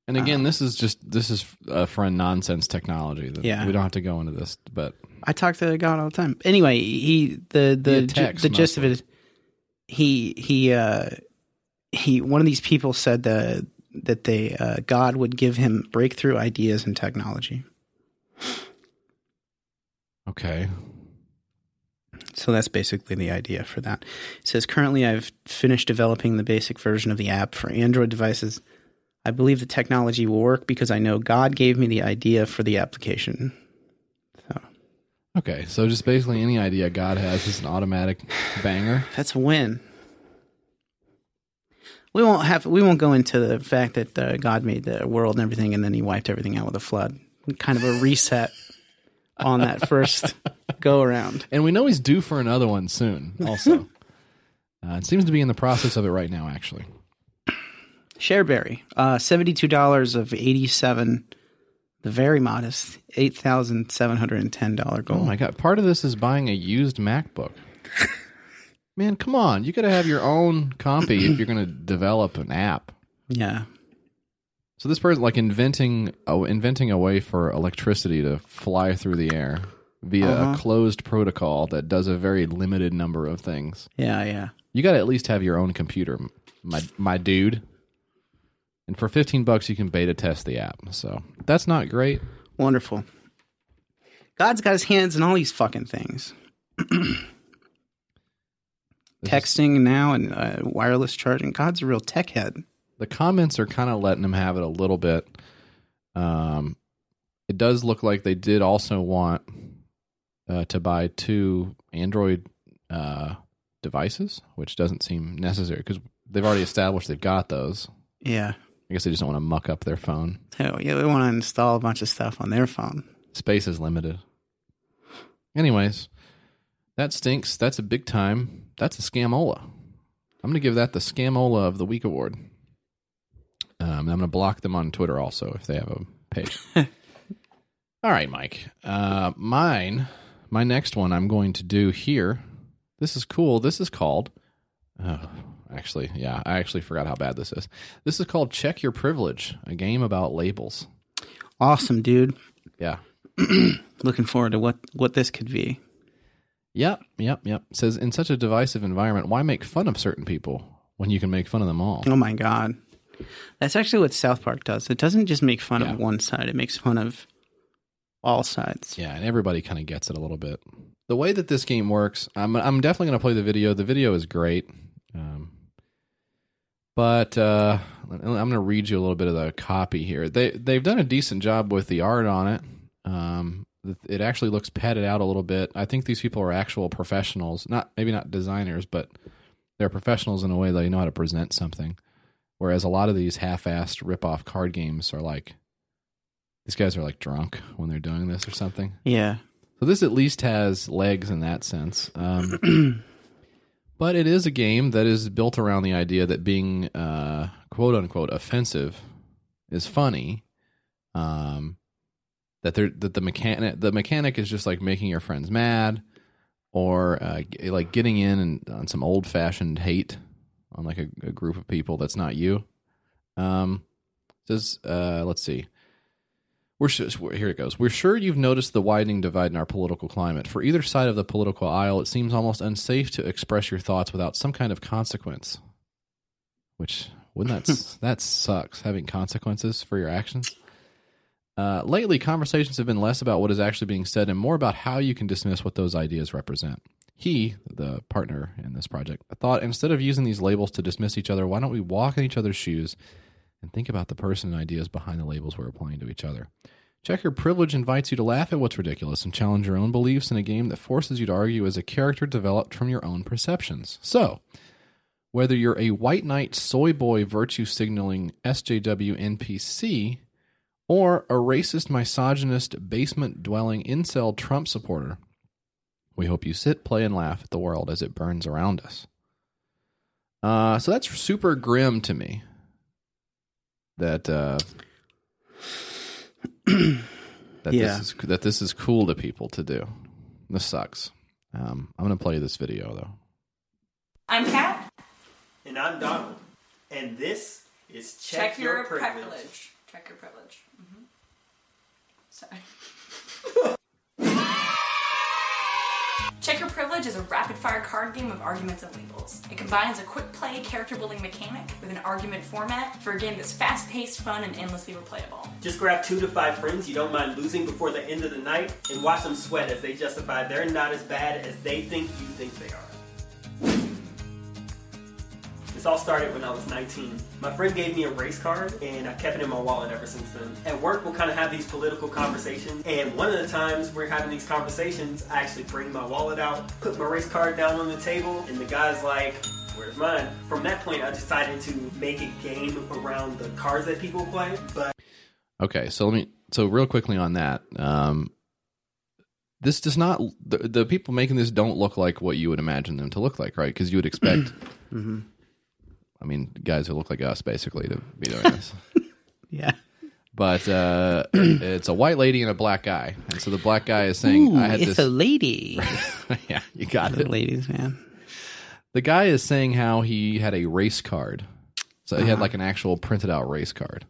Speaker 3: And again, this is just this is uh, friend nonsense technology. That
Speaker 4: Yeah.
Speaker 3: We don't have to go into this, but
Speaker 4: I talk to God all the time. Anyway, he the the
Speaker 3: Via text,
Speaker 4: the gist of it is he he uh he one of these people said the that they uh, God would give him breakthrough ideas in technology.
Speaker 3: okay.
Speaker 4: So that's basically the idea for that. It says currently I've finished developing the basic version of the app for Android devices. I believe the technology will work because I know God gave me the idea for the application.
Speaker 3: Okay, so just basically any idea God has is an automatic banger.
Speaker 4: That's a win. We won't have we won't go into the fact that uh, God made the world and everything, and then He wiped everything out with a flood. Kind of a reset on that first go around.
Speaker 3: And we know he's due for another one soon, also. uh, it seems to be in the process of it right now, actually.
Speaker 4: Shareberry, uh, seventy two dollars of eighty seven, the very modest eight thousand seven hundred and ten dollar goal.
Speaker 3: Oh my God. Part of this is buying a used MacBook. Man, come on. You got to have your own copy if you're going to develop an app.
Speaker 4: yeah,
Speaker 3: So this person, like inventing, oh, inventing a way for electricity to fly through the air via a closed protocol that does a very limited number of things.
Speaker 4: yeah, yeah.
Speaker 3: You got to at least have your own computer, m- my my dude. And for 15 bucks you can beta test the app. So, that's not great.
Speaker 4: Wonderful. God's got His hands in all these fucking things. Texting now and uh, wireless charging. God's a real tech head.
Speaker 3: The comments are kind of letting them have it a little bit. Um it does look like they did also want uh, to buy two Android uh, devices, which doesn't seem necessary because they've already established they've got those.
Speaker 4: Yeah.
Speaker 3: I guess they just don't want to muck up their phone.
Speaker 4: Oh, yeah, they want to install a bunch of stuff on their phone.
Speaker 3: Space is limited. Anyways, that stinks. That's a big time. That's a scamola. I'm going to give that the scamola of the week award. Um, I'm going to block them on Twitter also if they have a page. All right, Mike. Uh, mine, my next one I'm going to do here. This is cool. This is called. Oh, actually, yeah, I actually forgot how bad this is. This is called Check Your Privilege, a game about labels.
Speaker 4: Awesome, dude.
Speaker 3: Yeah.
Speaker 4: Looking forward to what what this could be.
Speaker 3: Yep, yep, yep. Says in such a divisive environment, why make fun of certain people when you can make fun of them all?
Speaker 4: Oh my god. That's actually what South Park does. It doesn't just make fun
Speaker 3: Yeah.
Speaker 4: of one side, it makes fun of all sides.
Speaker 3: Yeah, and everybody kind of gets it a little bit. The way that this game works, I'm I'm definitely going to play the video. The video is great, um, but uh, I'm going to read you a little bit of the copy here. They they've done a decent job with the art on it. Um, it actually looks padded out a little bit. I think these people are actual professionals, not maybe not designers, but they're professionals in a way they know how to present something. Whereas a lot of these half-assed rip-off card games are like these guys are like drunk when they're doing this or something.
Speaker 4: Yeah.
Speaker 3: So this at least has legs in that sense. Um, but it is a game that is built around the idea that being uh, quote unquote offensive is funny. Um, that there that the mechanic the mechanic is just like making your friends mad or uh, g- like getting in and on some old fashioned hate on like a, a group of people that's not you. Um, says uh, let's see. We're su- we're- here it goes. We're sure you've noticed the widening divide in our political climate. For either side of the political aisle, it seems almost unsafe to express your thoughts without some kind of consequence. Which wouldn't that s- that sucks having consequences for your actions? Uh, lately, conversations have been less about what is actually being said and more about how you can dismiss what those ideas represent. He, the partner in this project, thought instead of using these labels to dismiss each other, why don't we walk in each other's shoes and think about the person and ideas behind the labels we're applying to each other? Check Your Privilege invites you to laugh at what's ridiculous and challenge your own beliefs in a game that forces you to argue as a character developed from your own perceptions. So, whether you're a white knight, soy boy, virtue signaling SJW NPC, or a racist, misogynist, basement dwelling, incel Trump supporter, we hope you sit, play, and laugh at the world as it burns around us. Uh, so that's super grim to me. That uh, that
Speaker 4: Yeah.
Speaker 3: this is that this is cool to people to do. This sucks. Um, I'm gonna play this video though.
Speaker 8: I'm Kat.
Speaker 5: And I'm Donald. And this is
Speaker 8: Check, your, privilege. Check your privilege. hmm Sorry. Check Your Privilege is a rapid fire card game of arguments and labels. It combines a quick play character building mechanic with an argument format for a game that's fast paced, fun, and endlessly replayable.
Speaker 5: Just grab two to five friends you don't mind losing before the end of the night and watch them sweat as they justify they're not as bad as they think you think they are. This all started when I was 19. My friend gave me a race card and I kept it in my wallet ever since then. At work, we'll kind of have these political conversations, and one of the times we're having these conversations, I actually bring my wallet out, put my race card down on the table, and the guy's like, Where's mine? From that point, I decided to make a game around the cards that people play, but
Speaker 3: Okay, so let me so real quickly on that. Um, this does not the, the people making this don't look like what you would imagine them to look like, right? Because you would expect,
Speaker 4: Mm-hmm.
Speaker 3: I mean, guys who look like us basically to be doing this.
Speaker 4: Yeah.
Speaker 3: but uh, it's a white lady and a black guy, and so the black guy is saying, "I had
Speaker 4: it's
Speaker 3: this."
Speaker 4: a lady.
Speaker 3: yeah, you got
Speaker 4: the
Speaker 3: it.
Speaker 4: ladies, man.
Speaker 3: The guy is saying how he had a race card, so he
Speaker 4: Uh-huh.
Speaker 3: had like an actual printed out race card.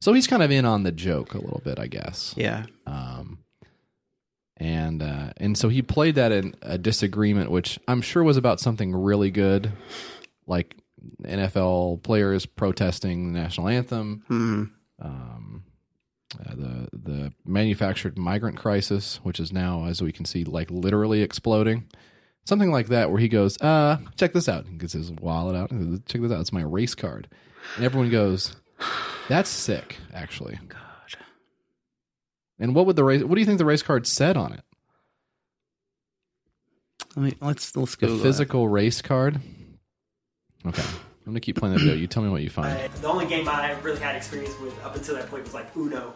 Speaker 3: So he's kind of in on the joke a little bit, I guess.
Speaker 4: Yeah.
Speaker 3: um, and uh, and so he played that in a disagreement, which I'm sure was about something really good, like NFL players protesting the national anthem, um, uh, the the manufactured migrant crisis, which is now, as we can see, like literally exploding. Something like that, where he goes, uh, check this out. And gets his wallet out. and goes, Check this out. It's my race card. And everyone goes, that's sick, actually. And what would the race? What do you think the race card said on it?
Speaker 4: Let me, let's let's
Speaker 3: The
Speaker 4: go.
Speaker 3: physical race card. Okay. I'm going to keep playing that video. You tell me what you find.
Speaker 5: I, the only game I really had experience with up until that point was like Uno.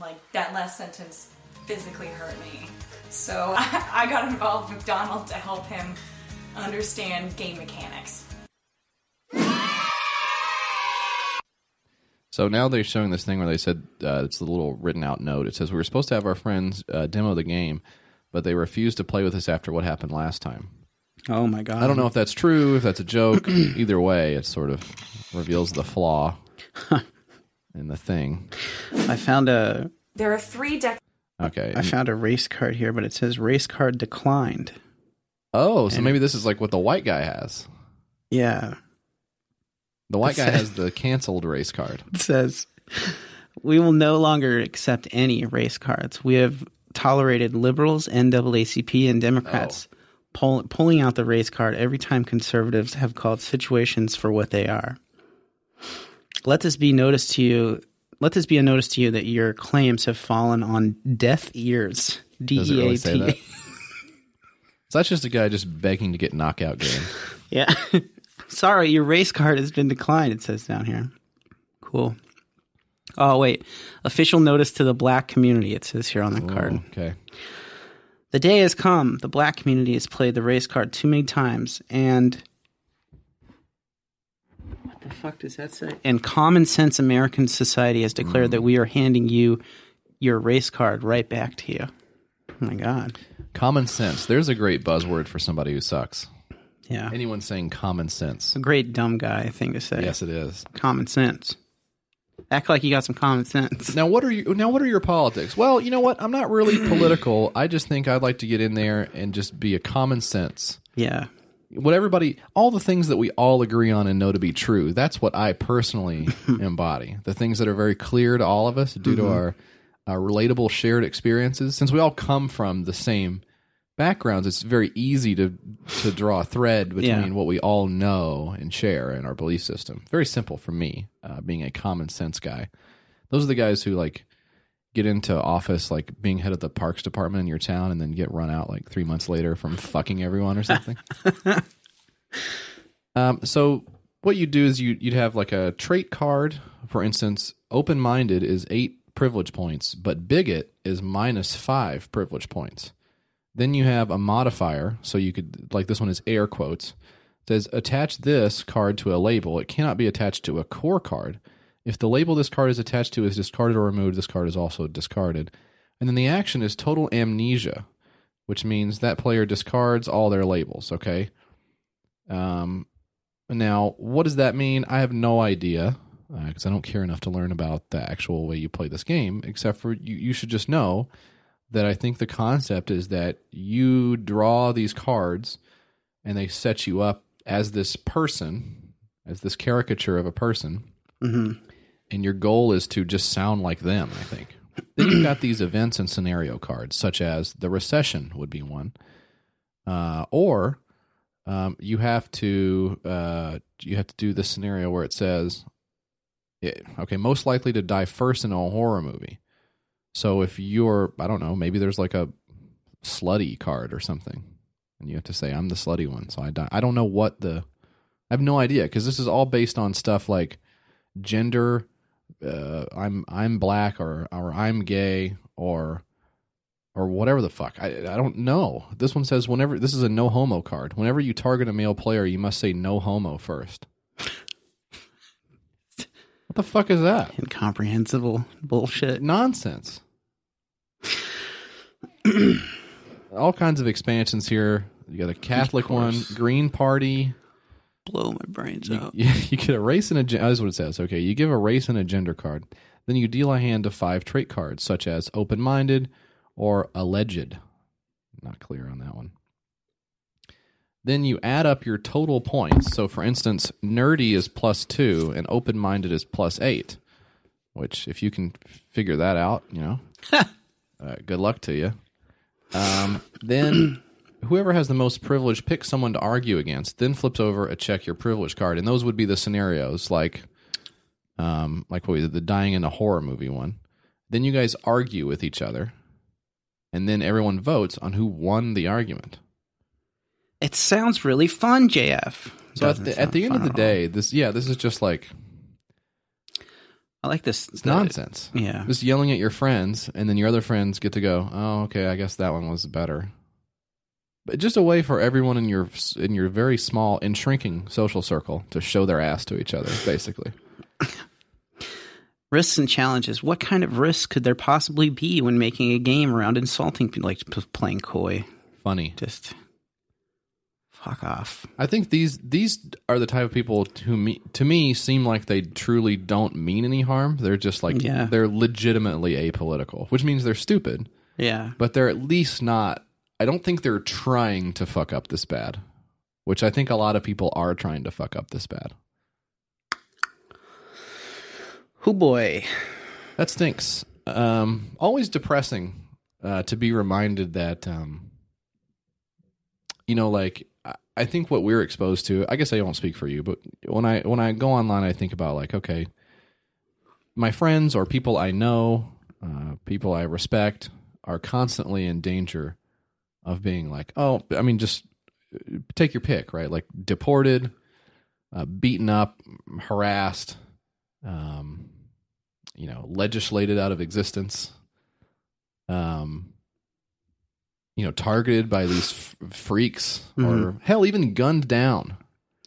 Speaker 8: Like, that last sentence physically hurt me. So I, I got involved with Donald to help him understand game mechanics.
Speaker 3: So now they're showing this thing where they said uh, it's the little written out note. It says we were supposed to have our friends uh, demo the game, but they refused to play with us after what happened last time.
Speaker 4: Oh my god!
Speaker 3: I don't know if that's true, if that's a joke. Either way, it sort of reveals the flaw in the thing.
Speaker 4: I found a
Speaker 8: There are three decks.
Speaker 3: Okay.
Speaker 4: I found a race card here, but it says race card declined.
Speaker 3: oh, so maybe this is like what the white guy has.
Speaker 4: Yeah,
Speaker 3: The white guy has the canceled race card.
Speaker 4: it says we will no longer accept any race cards. We have tolerated liberals, NAACP, and Democrats
Speaker 3: Oh.
Speaker 4: pull, pulling out the race card every time conservatives have called situations for what they are. Let this be notice to you. Let this be a notice to you that your claims have fallen on deaf ears. D
Speaker 3: Does it
Speaker 4: E
Speaker 3: really
Speaker 4: A
Speaker 3: say that?
Speaker 4: T.
Speaker 3: So that's just a guy just begging to get knockout game.
Speaker 4: Yeah. Sorry, your race card has been declined, it says down here. Cool. Oh, wait. Official notice to the black community, it says here on the card.
Speaker 3: Okay.
Speaker 4: The day has come. The black community has played the race card too many times, and. What the fuck does that say? And common sense American society has declared that we are handing you your race card right back to you. Oh my God.
Speaker 3: Common sense. There's a great buzzword for somebody who sucks.
Speaker 4: Yeah.
Speaker 3: Anyone saying common sense.
Speaker 4: A great dumb guy thing to say.
Speaker 3: Yes, it is.
Speaker 4: common sense. Act like you got some common sense.
Speaker 3: Now what are you? Now what are your politics? Well, you know what? I'm not really political. I just think I'd like to get in there and just be a common sense.
Speaker 4: Yeah.
Speaker 3: What everybody, all the things that we all agree on and know to be true. That's what I personally embody. The things that are very clear to all of us due to our, our relatable shared experiences. Since we all come from the same backgrounds, it's very easy to to draw a thread between
Speaker 4: Yeah.
Speaker 3: what we all know and share in our belief system. Very simple for me, uh, being a common sense guy. Those are the guys who like get into office like being head of the parks department in your town and then get run out like three months later from fucking everyone or something. um, so what you do is you you'd have like a trait card, for instance, open minded is eight privilege points, but bigot is minus five privilege points. Then you have a modifier, so you could like this one is air quotes. It says attach this card to a label. It cannot be attached to a core card. If the label this card is attached to is discarded or removed, this card is also discarded. And then the action is total amnesia, which means that player discards all their labels. Okay. Um, now what does that mean? I have no idea because I don't care enough to learn about the actual way you play this game. Except for you, you should just know that I think the concept is that you draw these cards and they set you up as this person, as this caricature of a person.
Speaker 4: Mm-hmm.
Speaker 3: And your goal is to just sound like them, I think. then you've got these events and scenario cards, such as the recession would be one. Uh, or um, you have to uh, you have to do this scenario where it says, it, okay, most likely to die first in a horror movie. So if you're, I don't know, maybe there's like a slutty card or something, and you have to say, "I'm the slutty one." So I die. I don't know what the, I have no idea because this is all based on stuff like gender. Uh, I'm I'm black or or I'm gay or or whatever the fuck. I I don't know. This one says whenever this is a no homo card. Whenever you target a male player, you must say no homo first. what the fuck is that?
Speaker 4: Incomprehensible bullshit.
Speaker 3: nonsense. All kinds of expansions here. You got a Catholic one, Green Party.
Speaker 4: Blow my brains
Speaker 3: You,
Speaker 4: out.
Speaker 3: you, you get a race and a gen- oh, That's what it says. Okay, you give a race and a gender card. Then you deal a hand of five trait cards, such as open minded or alleged. Not clear on that one. Then you add up your total points. So, for instance, nerdy is plus two and open minded is plus eight, which, if you can figure that out, you know, uh, good luck to you. Um, then whoever has the most privilege picks someone to argue against, then flips over a check your privilege card, and those would be the scenarios like, um, like what we did, the dying in a horror movie one. Then you guys argue with each other, and then everyone votes on who won the argument.
Speaker 4: It sounds really fun, JF.
Speaker 3: So at
Speaker 4: Doesn't
Speaker 3: the, at
Speaker 4: sound
Speaker 3: the end
Speaker 4: fun
Speaker 3: of the
Speaker 4: at all.
Speaker 3: day, this yeah, this is just like
Speaker 4: I like this.
Speaker 3: it's
Speaker 4: the-
Speaker 3: nonsense.
Speaker 4: Yeah.
Speaker 3: Just yelling at your friends, and then your other friends get to go. Oh, okay, I guess that one was better. But just a way for everyone in your in your very small and shrinking social circle to show their ass to each other, basically.
Speaker 4: Risks and challenges. What kind of risks could there possibly be when making a game around insulting people, like p- playing coy?
Speaker 3: Funny.
Speaker 4: Just fuck off.
Speaker 3: I think these these are the type of people who me, to me seem like they truly don't mean any harm. They're just like
Speaker 4: Yeah.
Speaker 3: they're legitimately apolitical, which means they're stupid,
Speaker 4: Yeah.
Speaker 3: but they're at least not. I don't think they're trying to fuck up this bad, which I think a lot of people are trying to fuck up this bad.
Speaker 4: Who boy.
Speaker 3: That stinks. Um, always depressing uh, to be reminded that, um, you know, like I- I think what we're exposed to. I guess I won't speak for you, but when I when I go online, I think about like, okay, my friends or people I know, uh, people I respect, are constantly in danger of being like, oh, I mean, just uh, take your pick, right? Like deported, uh, beaten up, harassed. Um, you know legislated out of existence um you know targeted by these f- freaks or hell even gunned down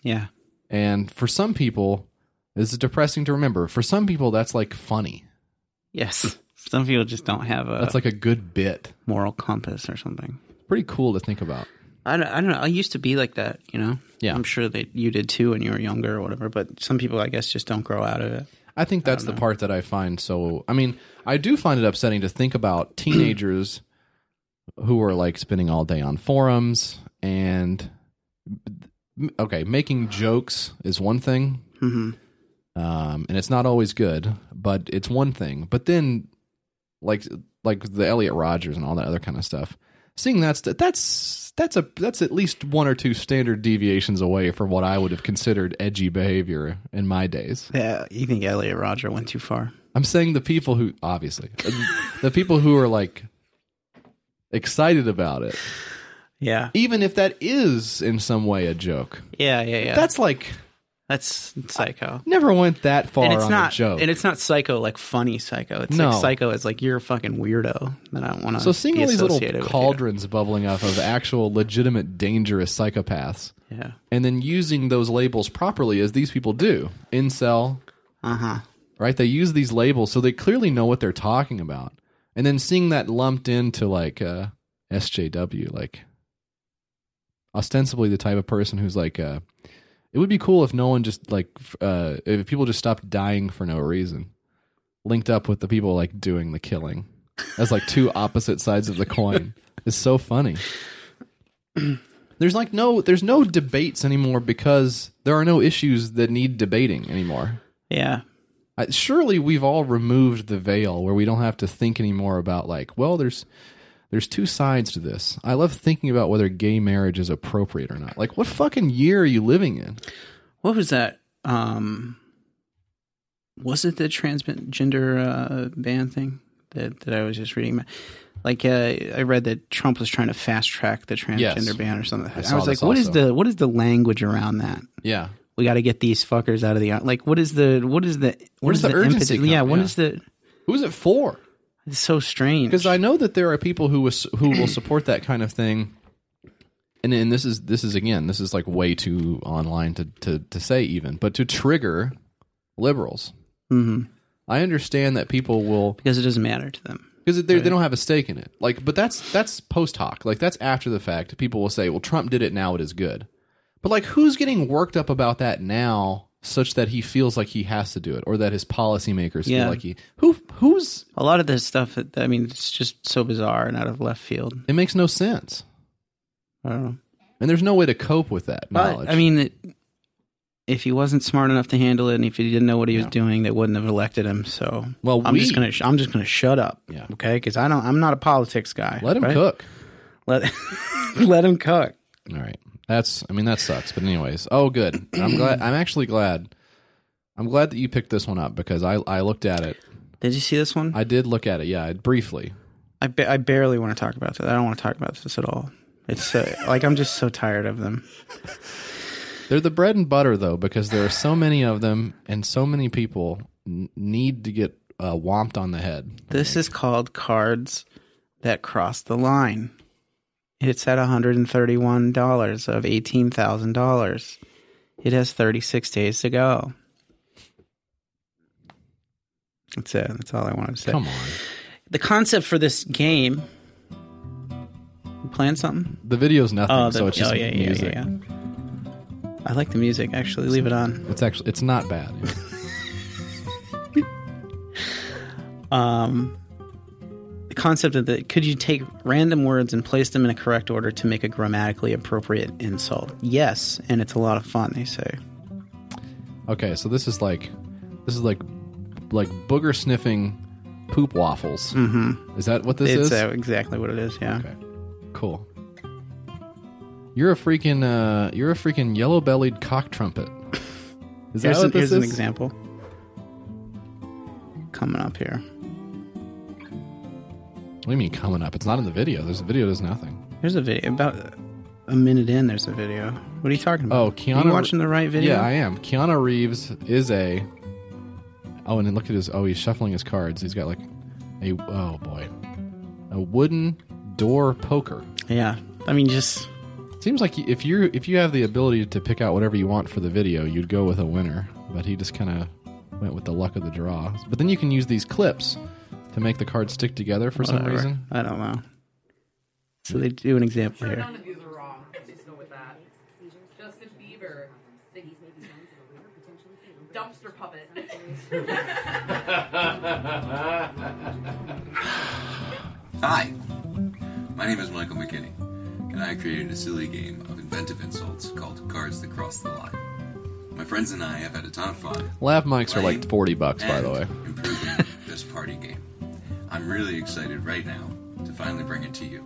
Speaker 4: Yeah.
Speaker 3: and for some people this is depressing to remember for some people that's like funny
Speaker 4: Yes. Some people just don't have a
Speaker 3: that's like a good bit
Speaker 4: moral compass or something.
Speaker 3: pretty cool to think about
Speaker 4: I don't, I don't know. I used to be like that, you know?
Speaker 3: Yeah.
Speaker 4: I'm sure that you did too when you were younger or whatever, but some people, I guess, just don't grow out of it.
Speaker 3: I think that's the part that I find so. I mean, I do find it upsetting to think about teenagers who are like spending all day on forums and okay, making jokes is one thing, um, and it's not always good, but it's one thing. But then, like like the Elliot Rogers and all that other kind of stuff, seeing that st- that's that's a that's at least one or two standard deviations away from what I would have considered edgy behavior in my days.
Speaker 4: Yeah. You think Elliot Roger went too far?
Speaker 3: I'm saying the people who obviously the people who are like excited about it,
Speaker 4: Yeah.
Speaker 3: even if that is in some way a joke.
Speaker 4: Yeah. Yeah. Yeah.
Speaker 3: That's like
Speaker 4: That's psycho.
Speaker 3: never went that far
Speaker 4: and it's
Speaker 3: on
Speaker 4: not
Speaker 3: a joke.
Speaker 4: and it's not psycho like funny psycho. It's
Speaker 3: No.
Speaker 4: like psycho is like you're a fucking weirdo that I want to.
Speaker 3: so seeing
Speaker 4: be
Speaker 3: all these little
Speaker 4: associated with you.
Speaker 3: cauldrons bubbling up of actual legitimate dangerous psychopaths,
Speaker 4: Yeah.
Speaker 3: and then using those labels properly as these people do, incel,
Speaker 4: Uh huh.
Speaker 3: right? They use these labels so they clearly know what they're talking about. And then seeing that lumped into like uh, SJW, like ostensibly the type of person who's like, uh, it would be cool if no one just like, f- uh, if people just stopped dying for no reason, linked up with the people like doing the killing as like two opposite sides of the coin. It's so funny. There's like no there's no debates anymore because there are no issues that need debating anymore.
Speaker 4: Yeah.
Speaker 3: I, surely we've all removed the veil where we don't have to think anymore about like, well, there's there's two sides to this. I love thinking about whether gay marriage is appropriate or not. Like, what fucking year are you living in?
Speaker 4: What was that? Um. Was it the transgender uh, ban thing that that I was just reading? about? Like uh, I read that Trump was trying to fast track the transgender
Speaker 3: Yes.
Speaker 4: ban or something. I,
Speaker 3: saw
Speaker 4: was like,
Speaker 3: this
Speaker 4: what is
Speaker 3: also.
Speaker 4: the what is the language around that?
Speaker 3: Yeah,
Speaker 4: we got to get these fuckers out of the like what is the what is the what
Speaker 3: does
Speaker 4: is
Speaker 3: the urgency
Speaker 4: impetus- yeah
Speaker 3: come?
Speaker 4: what
Speaker 3: Yeah.
Speaker 4: is the
Speaker 3: who's it for?
Speaker 4: it's so strange
Speaker 3: Because I know that there are people who was, who will support that kind of thing. And and this is this is again this is like way too online to to to say even, but to trigger liberals. I understand that people will
Speaker 4: because it doesn't matter to them
Speaker 3: because they they don't have a stake in it. Like, but that's that's post hoc. Like that's after the fact. People will say, "Well, Trump did it. Now it is good." But like, who's getting worked up about that now, such that he feels like he has to do it, or that his policymakers
Speaker 4: Yeah.
Speaker 3: feel like he who who's
Speaker 4: a lot of this stuff i mean it's just so bizarre and out of left field
Speaker 3: it makes no sense,
Speaker 4: i don't know
Speaker 3: and there's no way to cope with that knowledge.
Speaker 4: but i mean it, if he wasn't smart enough to handle it and if he didn't know what he was doing they wouldn't have elected him so
Speaker 3: Well,
Speaker 4: i'm just
Speaker 3: we-
Speaker 4: gonna sh- i'm just gonna shut up
Speaker 3: Yeah.
Speaker 4: okay because i don't i'm not a politics guy
Speaker 3: let him
Speaker 4: right?
Speaker 3: cook.
Speaker 4: let, let him cook
Speaker 3: All right. That's I mean that sucks, but anyways. Oh good. I'm glad I'm actually glad. I'm glad that you picked this one up because I I looked at it.
Speaker 4: did you see this one
Speaker 3: I did look at it. Yeah, I- briefly.
Speaker 4: I ba- I barely want to talk about that. I don't want to talk about this at all. It's so, like I'm just so tired of them.
Speaker 3: They're the bread and butter though, because there are so many of them, and so many people n- need to get uh, whomped on the head.
Speaker 4: This is called cards that cross the line. It's at $131 of $18,000. It has 36 days to go. That's it. That's all I wanted to say.
Speaker 3: Come on,
Speaker 4: The concept for this game. You playing something?
Speaker 3: Uh, the oh, video's nothing,
Speaker 4: Oh, the-
Speaker 3: so it's just music.
Speaker 4: yeah. I like the music actually. Leave it on.
Speaker 3: It's actually it's not bad.
Speaker 4: Um, the concept of the could you take random words and place them in a correct order to make a grammatically appropriate insult? Yes, and it's a lot of fun. They say
Speaker 3: okay, so this is like this is like like booger sniffing poop waffles. Mm-hmm. Is that what this
Speaker 4: it's
Speaker 3: is?
Speaker 4: uh, exactly what it is. Yeah,
Speaker 3: Okay. Cool. You're a freaking uh you're a freaking yellow bellied cock trumpet. Is that
Speaker 4: here's,
Speaker 3: what this
Speaker 4: an, here's an
Speaker 3: is?
Speaker 4: example coming up here.
Speaker 3: What do you mean coming up? It's not in the video. There's a video there's nothing.
Speaker 4: Here's a video about a minute in. There's a video. What are you talking about?
Speaker 3: Oh, Keanu
Speaker 4: Are you watching the right video?
Speaker 3: Yeah, I am. Keanu Reeves is a Oh, and then look at his oh he's shuffling his cards. He's got like a oh boy. A wooden door poker.
Speaker 4: yeah. I mean, just
Speaker 3: Seems like if you if you have the ability to pick out whatever you want for the video, you'd go with a winner. But he just kind of went with the luck of the draw. But then you can use these clips to make the cards stick together for some
Speaker 4: whatever.
Speaker 3: reason.
Speaker 4: I don't know. So they do an example here.
Speaker 9: of these are wrong. Just go with that. Justin Bieber. Dumpster puppet.
Speaker 10: Hi, my name is Michael McKinney, and I created a silly game of inventive insults called Cards That Cross the Line. My friends and I have had a ton of fun.
Speaker 3: Lav mics are like
Speaker 10: playing
Speaker 3: forty bucks, by the way.
Speaker 10: and Improving this party game. I'm really excited right now to finally bring it to you.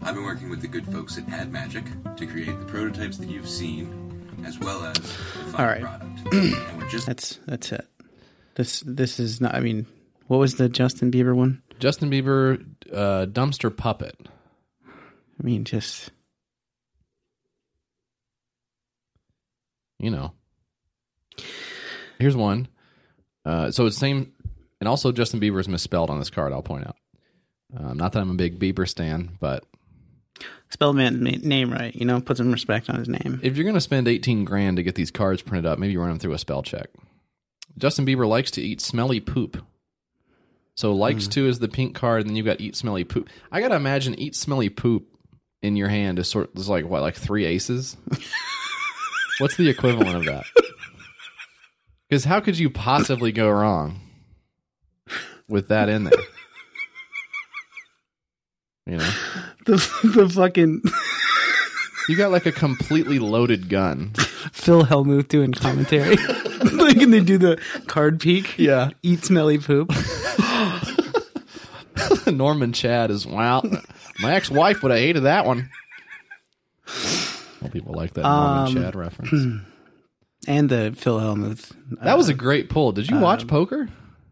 Speaker 10: I've been working with the good folks at Ad Magic to create the prototypes that you've seen, as well as the final
Speaker 4: All right.
Speaker 10: product. and we're just
Speaker 4: That's that's it. This this is not. I mean, what was the Justin Bieber one?
Speaker 3: Justin Bieber, uh, dumpster puppet.
Speaker 4: I mean, just
Speaker 3: You know. Here's one. Uh, so it's same, and also Justin Bieber is misspelled on this card. I'll point out. Um, not that I'm a big Bieber stan, but
Speaker 4: spell man's ma- name right. You know, put some respect on his name.
Speaker 3: if you're going to spend 18 grand to get these cards printed up, maybe run them through a spell check. Justin Bieber likes to eat smelly poop. So likes to is the pink card, and then you got eat smelly poop. I gotta imagine eat smelly poop in your hand is sort is like what, like three aces? What's the equivalent of that? Because how could you possibly go wrong with that in there? You know,
Speaker 4: The the fucking
Speaker 3: you got like a completely loaded gun.
Speaker 4: Phil Hellmuth doing commentary. like, and they do the card peek.
Speaker 3: Yeah.
Speaker 4: Eat smelly poop.
Speaker 3: Norman Chad is wow. My ex-wife would have hated that one. Well, people like that Norman Chad reference.
Speaker 4: And the Phil Hellmuth.
Speaker 3: That was a great pull. Did you watch poker?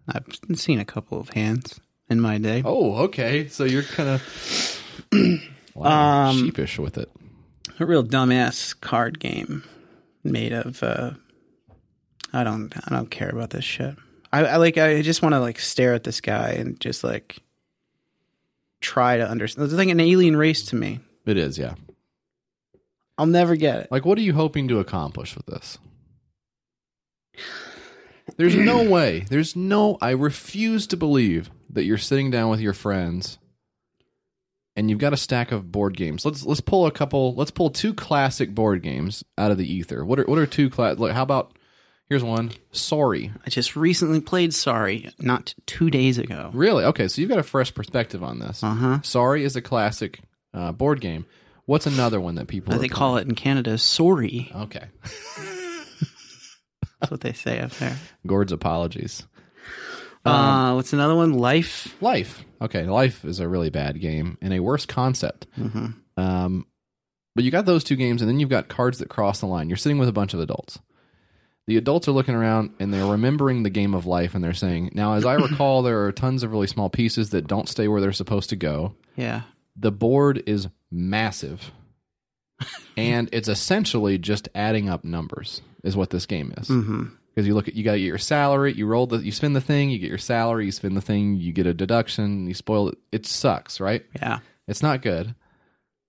Speaker 4: I've seen a couple of hands in my day.
Speaker 3: Oh, okay. So you're kind of wow, sheepish with it.
Speaker 4: a real dumbass card game made of uh I don't I don't care about this shit. I, I like I just want to like stare at this guy and just like try to understand. It's like an alien race to me.
Speaker 3: It is, yeah.
Speaker 4: I'll never get it.
Speaker 3: Like, what are you hoping to accomplish with this? There's no way. There's no. I refuse to believe that you're sitting down with your friends, and you've got a stack of board games. Let's let's pull a couple. Let's pull two classic board games out of the ether. What are what are two class? Like, how about here's one. Sorry,
Speaker 4: I just recently played Sorry not 2 days ago.
Speaker 3: really? Okay, so you've got a fresh perspective on this.
Speaker 4: Uh-huh.
Speaker 3: Sorry is a classic uh, board game. What's another one that people
Speaker 4: They call it in Canada Sorry.
Speaker 3: Okay,
Speaker 4: That's what they say up there.
Speaker 3: Gord's apologies.
Speaker 4: uh what's another one? Life.
Speaker 3: Life. Okay, Life is a really bad game and a worse concept. Um, but you got those two games, and then you've got cards that cross the line. You're sitting with a bunch of adults. The adults are looking around and they're remembering the game of life and they're saying, Now, as I recall, there are tons of really small pieces that don't stay where they're supposed to go.
Speaker 4: Yeah.
Speaker 3: The board is massive. and it's essentially just adding up numbers, is what this game is.
Speaker 4: Mhm.
Speaker 3: Because you look at, you got to get your salary, you roll the, you spin the thing, you get your salary, you spin the thing, you get a deduction, you spoil it. It sucks, right?
Speaker 4: Yeah.
Speaker 3: It's not good.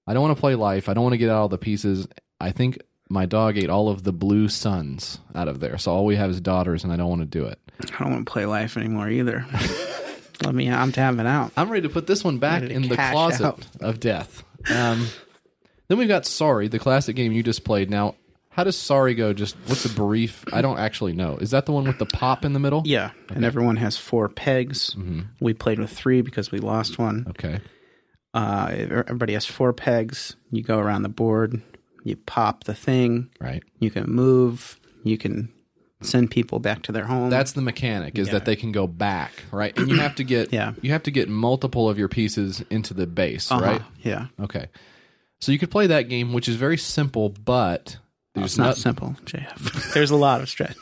Speaker 3: I don't want to play life. I don't want to get all the pieces. I think my dog ate all of the blue suns out of there. So all we have is daughters, and I don't want to do it.
Speaker 4: I don't want to play life anymore either. Let me. I'm tapping out.
Speaker 3: I'm ready to put this one back
Speaker 4: Ready to
Speaker 3: in the
Speaker 4: cash
Speaker 3: closet
Speaker 4: out.
Speaker 3: of death. Um, then we've got Sorry, the classic game you just played. Now, how does Sorry go? Just what's a brief? I don't actually know. Is that the one with the pop in the middle?
Speaker 4: Yeah. And everyone has four pegs. We played with three because we lost one.
Speaker 3: Mm-hmm. Okay.
Speaker 4: Uh, everybody has four pegs. You go around the board. You pop the thing.
Speaker 3: Right.
Speaker 4: You can move. You can send people back to their home.
Speaker 3: That's the mechanic is
Speaker 4: Yeah.
Speaker 3: that they can go back, right? And you have to get
Speaker 4: Yeah.
Speaker 3: you have to get multiple of your pieces into the base,
Speaker 4: Uh-huh.
Speaker 3: right?
Speaker 4: Yeah.
Speaker 3: Okay. So you could play that game, which is very simple, but
Speaker 4: It's not simple, JF. There's a lot of stretch.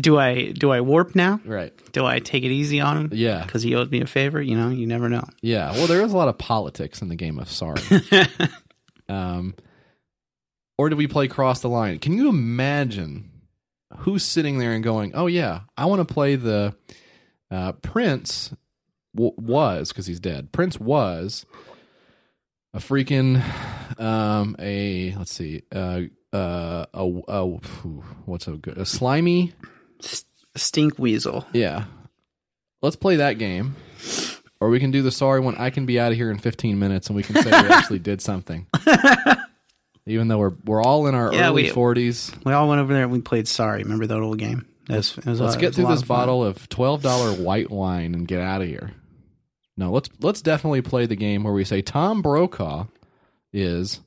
Speaker 4: do I do I warp now?
Speaker 3: Right.
Speaker 4: Do I take it easy on him?
Speaker 3: Yeah.
Speaker 4: Because he owed me a favor. You know, you never know.
Speaker 3: Yeah. Well, there is a lot of politics in the game of Sorry. um, or do we play Cross the Line? Can you imagine who's sitting there and going, "Oh yeah, I want to play the uh, Prince w- was because he's dead. Prince was a freaking um, a let's see uh, uh, a, a phew, what's a good a slimy
Speaker 4: Stink weasel.
Speaker 3: yeah. Let's play that game. Or we can do the sorry one. I can be out of here in 15 minutes and we can say we actually did something. Even though we're we're all in our
Speaker 4: Yeah,
Speaker 3: early
Speaker 4: we-
Speaker 3: 40s.
Speaker 4: We all went over there and we played Sorry. Remember that old game? That was- it was a-
Speaker 3: Let's
Speaker 4: it
Speaker 3: get
Speaker 4: was a
Speaker 3: through
Speaker 4: lot
Speaker 3: this
Speaker 4: of fun.
Speaker 3: bottle of $12 white wine and get out of here. No, let's let's definitely play the game where we say Tom Brokaw is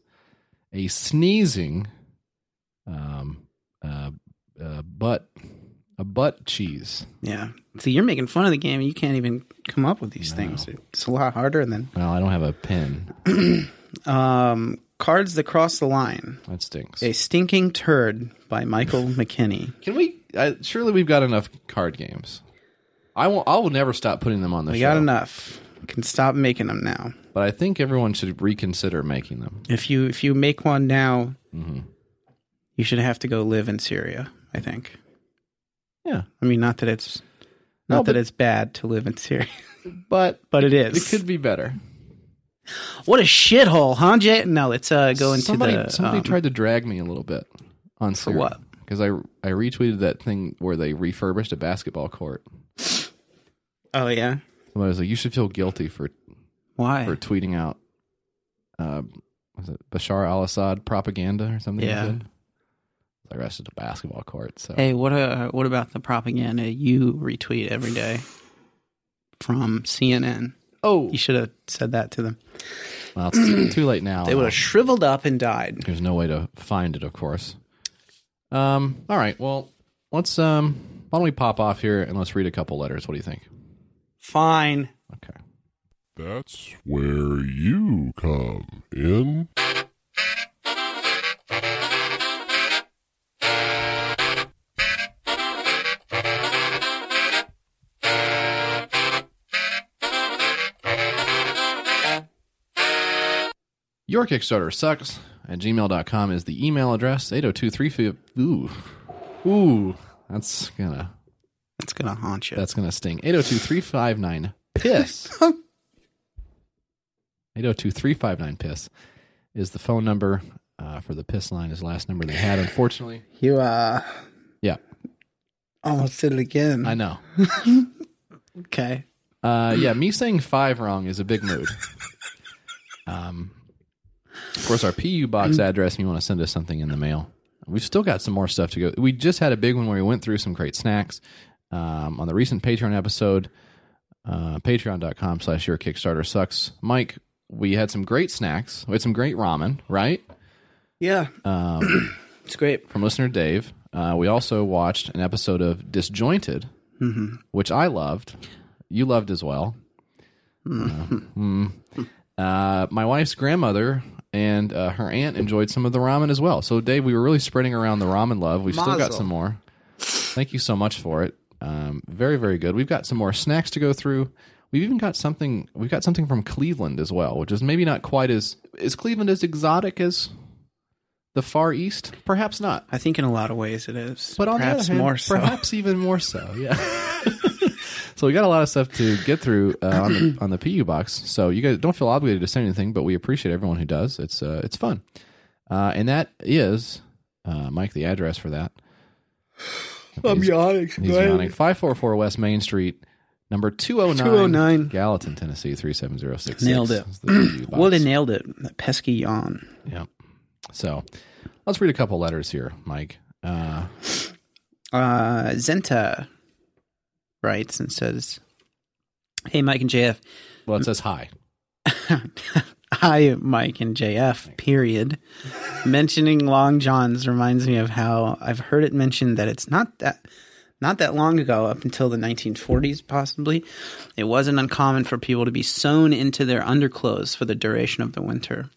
Speaker 3: a sneezing um uh, uh butt a butt cheese.
Speaker 4: Yeah. So you're making fun of the game. and You can't even come up with these things. It's a lot harder than
Speaker 3: Well, I don't have a pen.
Speaker 4: um, cards that cross the line.
Speaker 3: That stinks.
Speaker 4: A stinking turd by Michael McKinney.
Speaker 3: Can we? Uh, surely we've got enough card games. I will. I will never stop putting them on the
Speaker 4: We
Speaker 3: show.
Speaker 4: got enough. Can stop making them now.
Speaker 3: But I think everyone should reconsider making them.
Speaker 4: If you if you make one now,
Speaker 3: Mm-hmm.
Speaker 4: you should have to go live in Syria. I think.
Speaker 3: Yeah,
Speaker 4: I mean, not that it's not
Speaker 3: No,
Speaker 4: that
Speaker 3: but-
Speaker 4: it's bad to live in Syria,
Speaker 3: but
Speaker 4: but it
Speaker 3: it
Speaker 4: is.
Speaker 3: could be better.
Speaker 4: what a shithole, huh, Jay? No, it's uh, going
Speaker 3: somebody,
Speaker 4: to the
Speaker 3: somebody
Speaker 4: um,
Speaker 3: tried to drag me a little bit on for
Speaker 4: what?
Speaker 3: Because I I retweeted that thing where they refurbished a basketball court.
Speaker 4: Oh yeah,
Speaker 3: Somebody was like, "You should feel guilty for
Speaker 4: why?
Speaker 3: for tweeting out, uh, was it Bashar al-Assad propaganda or something?"
Speaker 4: Yeah.
Speaker 3: They said? Like that's just a basketball court. So
Speaker 4: Hey, what uh, what about the propaganda you retweet every day from CNN?
Speaker 3: oh,
Speaker 4: You should have said that to them.
Speaker 3: well, it's too late now.
Speaker 4: They would have shriveled up and died.
Speaker 3: There's no way to find it, of course. Um. All right. Well, let's um. Why don't we pop off here and let's read a couple letters? What do you think?
Speaker 4: Fine.
Speaker 3: Okay.
Speaker 1: That's where you come in.
Speaker 3: Your Kickstarter sucks at gmail.com is the email address. 802 Ooh. Ooh. That's gonna
Speaker 4: That's gonna haunt you.
Speaker 3: that's gonna sting. 802 359 piss. 802 359 piss is the phone number uh, for the piss line is the last number they had, unfortunately.
Speaker 4: you uh
Speaker 3: Yeah,
Speaker 4: almost did it again.
Speaker 3: I know.
Speaker 4: okay.
Speaker 3: Uh, yeah, me saying five wrong is a big mood. Um, of course, our PU box address. If you want to send us something in the mail, we've still got some more stuff to go. We just had a big one where we went through some great snacks um, on the recent Patreon episode. Uh, Patreon.com slash your Kickstarter sucks. Mike, we had some great snacks. We had some great ramen, right?
Speaker 4: Yeah. Um, it's great.
Speaker 3: From listener Dave. Uh, we also watched an episode of Disjointed, which I loved. You hmm. loved as well. Uh, mm. Uh, my wife's grandmother and uh, her aunt enjoyed some of the ramen as well. So, Dave, we were really spreading around the ramen love. We've still got
Speaker 11: Mazel.
Speaker 3: some more. Thank you so much for it. Um, very, very good. We've got some more snacks to go through. We've even got something. We've got something from Cleveland as well, which is maybe not quite as is Cleveland as exotic as the Far East. Perhaps not.
Speaker 4: I think in a lot of ways it is.
Speaker 3: But on
Speaker 4: perhaps
Speaker 3: the other hand,
Speaker 4: more so.
Speaker 3: perhaps even more so. Yeah. so we got a lot of stuff to get through uh, on, the, on the PU box. So you guys don't feel obligated to say anything, but we appreciate everyone who does. It's uh, it's fun, uh, and that is uh, Mike the address for that.
Speaker 4: I'm
Speaker 3: He's-
Speaker 4: yawning.
Speaker 3: He's yawning. Five four four West Main Street, number two oh nine,
Speaker 4: 209.
Speaker 3: Gallatin, Tennessee three seven zero six.
Speaker 4: Nailed it. Well, they nailed it. That pesky yawn.
Speaker 3: Yeah. So let's read a couple letters here, Mike. Uh,
Speaker 4: Uh, Zenta writes and says, "Hey, Mike and JF.
Speaker 3: Well, it says hi.
Speaker 4: Hi, Mike and JF. Period. Mentioning Long Johns reminds me of how I've heard it mentioned that it's not that." Not that long ago, up until the 1940s, possibly, it wasn't uncommon for people to be sewn into their underclothes for the duration of the winter.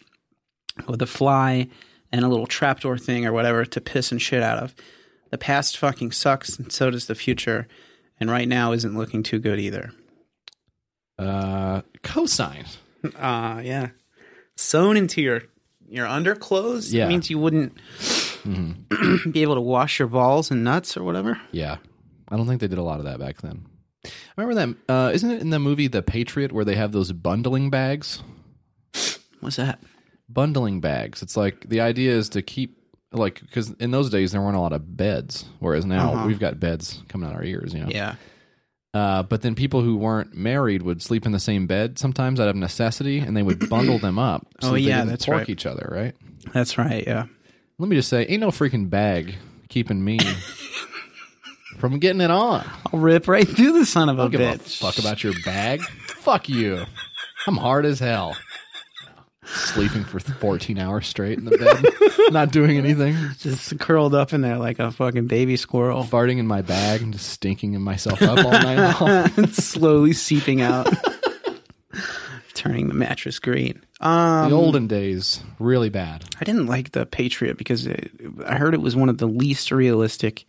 Speaker 4: with a fly and a little trapdoor thing or whatever to piss and shit out of. The past fucking sucks, and so does the future, and right now isn't looking too good either.
Speaker 3: Uh, cosine.
Speaker 4: Uh, yeah. Sewn into your your underclothes
Speaker 3: Yeah. Mm-hmm.
Speaker 4: it means you wouldn't be able to wash your balls and nuts or whatever.
Speaker 3: Yeah. I don't think they did a lot of that back then. I remember that. Uh, isn't it in the movie The Patriot where they have those bundling bags?
Speaker 4: What's that?
Speaker 3: Bundling bags. It's like the idea is to keep, like, because in those days there weren't a lot of beds, whereas now
Speaker 4: Uh-huh.
Speaker 3: we've got beds coming out our ears, you know?
Speaker 4: Yeah.
Speaker 3: Uh, but then people who weren't married would sleep in the same bed sometimes out of necessity, and they would bundle them up.
Speaker 4: Oh,
Speaker 3: that they
Speaker 4: yeah,
Speaker 3: didn't
Speaker 4: that's
Speaker 3: pork
Speaker 4: right.
Speaker 3: each other, right?
Speaker 4: That's right. Yeah.
Speaker 3: Let me just say, ain't no freaking bag keeping me from getting it on.
Speaker 4: I'll rip right through the son of a
Speaker 3: Don't give a
Speaker 4: bitch.
Speaker 3: fuck about your bag. fuck you. I'm hard as hell. Sleeping for 14 hours straight in the bed, not doing anything,
Speaker 4: Just curled up in there like a fucking baby squirrel,
Speaker 3: farting in my bag and just stinking in myself up all night long.
Speaker 4: slowly seeping out, turning the mattress green. Um,
Speaker 3: the olden days, really bad.
Speaker 4: I didn't like the Patriot because it, I heard it was one of the least realistic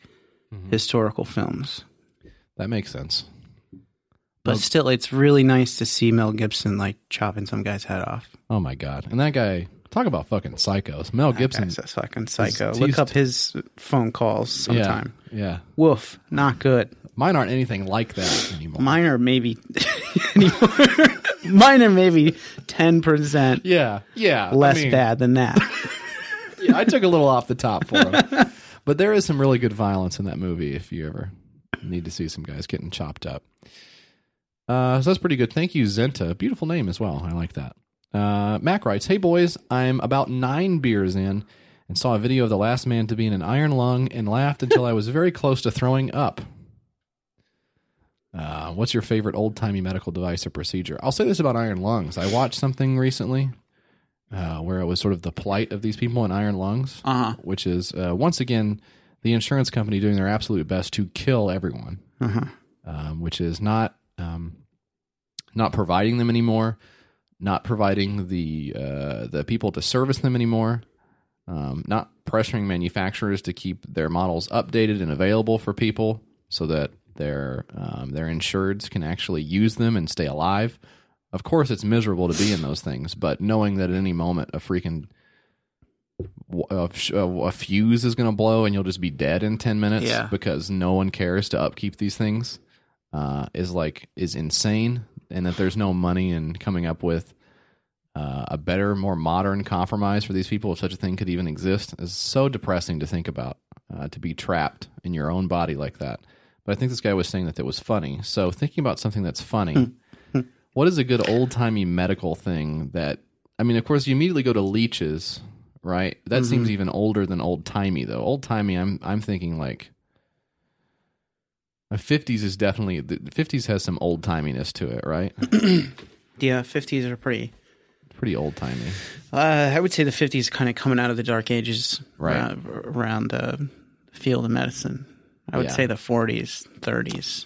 Speaker 3: Mm-hmm.
Speaker 4: historical films.
Speaker 3: That makes sense.
Speaker 4: But still, it's really nice to see Mel Gibson like chopping some guy's head off.
Speaker 3: Oh my god! And that guy, talk about fucking psychos. Mel Gibson.
Speaker 4: That's a fucking psycho.
Speaker 3: he's-
Speaker 4: Look up his phone calls sometime.
Speaker 3: Yeah,
Speaker 4: Woof, not good.
Speaker 3: mine aren't anything like that anymore.
Speaker 4: Mine are maybe anymore. Mine are maybe ten percent
Speaker 3: yeah, yeah, I
Speaker 4: less
Speaker 3: mean,
Speaker 4: bad than that.
Speaker 3: yeah, I took a little off the top for him, but there is some really good violence in that movie. If you ever need to see some guys getting chopped up, uh, so that's pretty good. Thank you, Zenta. Beautiful name as well. I like that. Uh, Mac writes, "Hey boys, I'm about nine beers in." And saw a video of the last man to be in an iron lung and laughed until I was very close to throwing up. Uh, what's your favorite old timey medical device or procedure? I'll say this about iron lungs. I watched something recently uh, where it was sort of the plight of these people in iron lungs,
Speaker 4: Uh-huh.
Speaker 3: which is uh, once again the insurance company doing their absolute best to kill everyone, um, which is not um, not providing them anymore, not providing the uh, the people to service them anymore, um, not pressuring manufacturers to keep their models updated and available for people so that their um, their insureds can actually use them and stay alive. Of course, it's miserable to be in those things, but knowing that at any moment a freaking w- a f- a fuse is going to blow and you'll just be dead in 10 minutes
Speaker 4: Yeah.
Speaker 3: because no one cares to upkeep these things uh, is like is insane and that there's no money in coming up with uh, a better, more modern compromise for these people, if such a thing could even exist, is so depressing to think about. Uh, to be trapped in your own body like that. But I think this guy was saying that that was funny. So thinking about something that's funny, what is a good old timey medical thing that? I mean, of course, you immediately go to leeches, right? That seems even older than old timey though. Old timey, I'm I'm thinking like. The 50s is definitely the 50s has some old timiness to it, right?
Speaker 4: yeah, fifties are pretty
Speaker 3: Pretty old timey.
Speaker 4: Uh, I would say the 50s kind of coming out of the dark ages
Speaker 3: Right.
Speaker 4: uh, around the field of medicine. I would
Speaker 3: Yeah.
Speaker 4: say the 40s, 30s.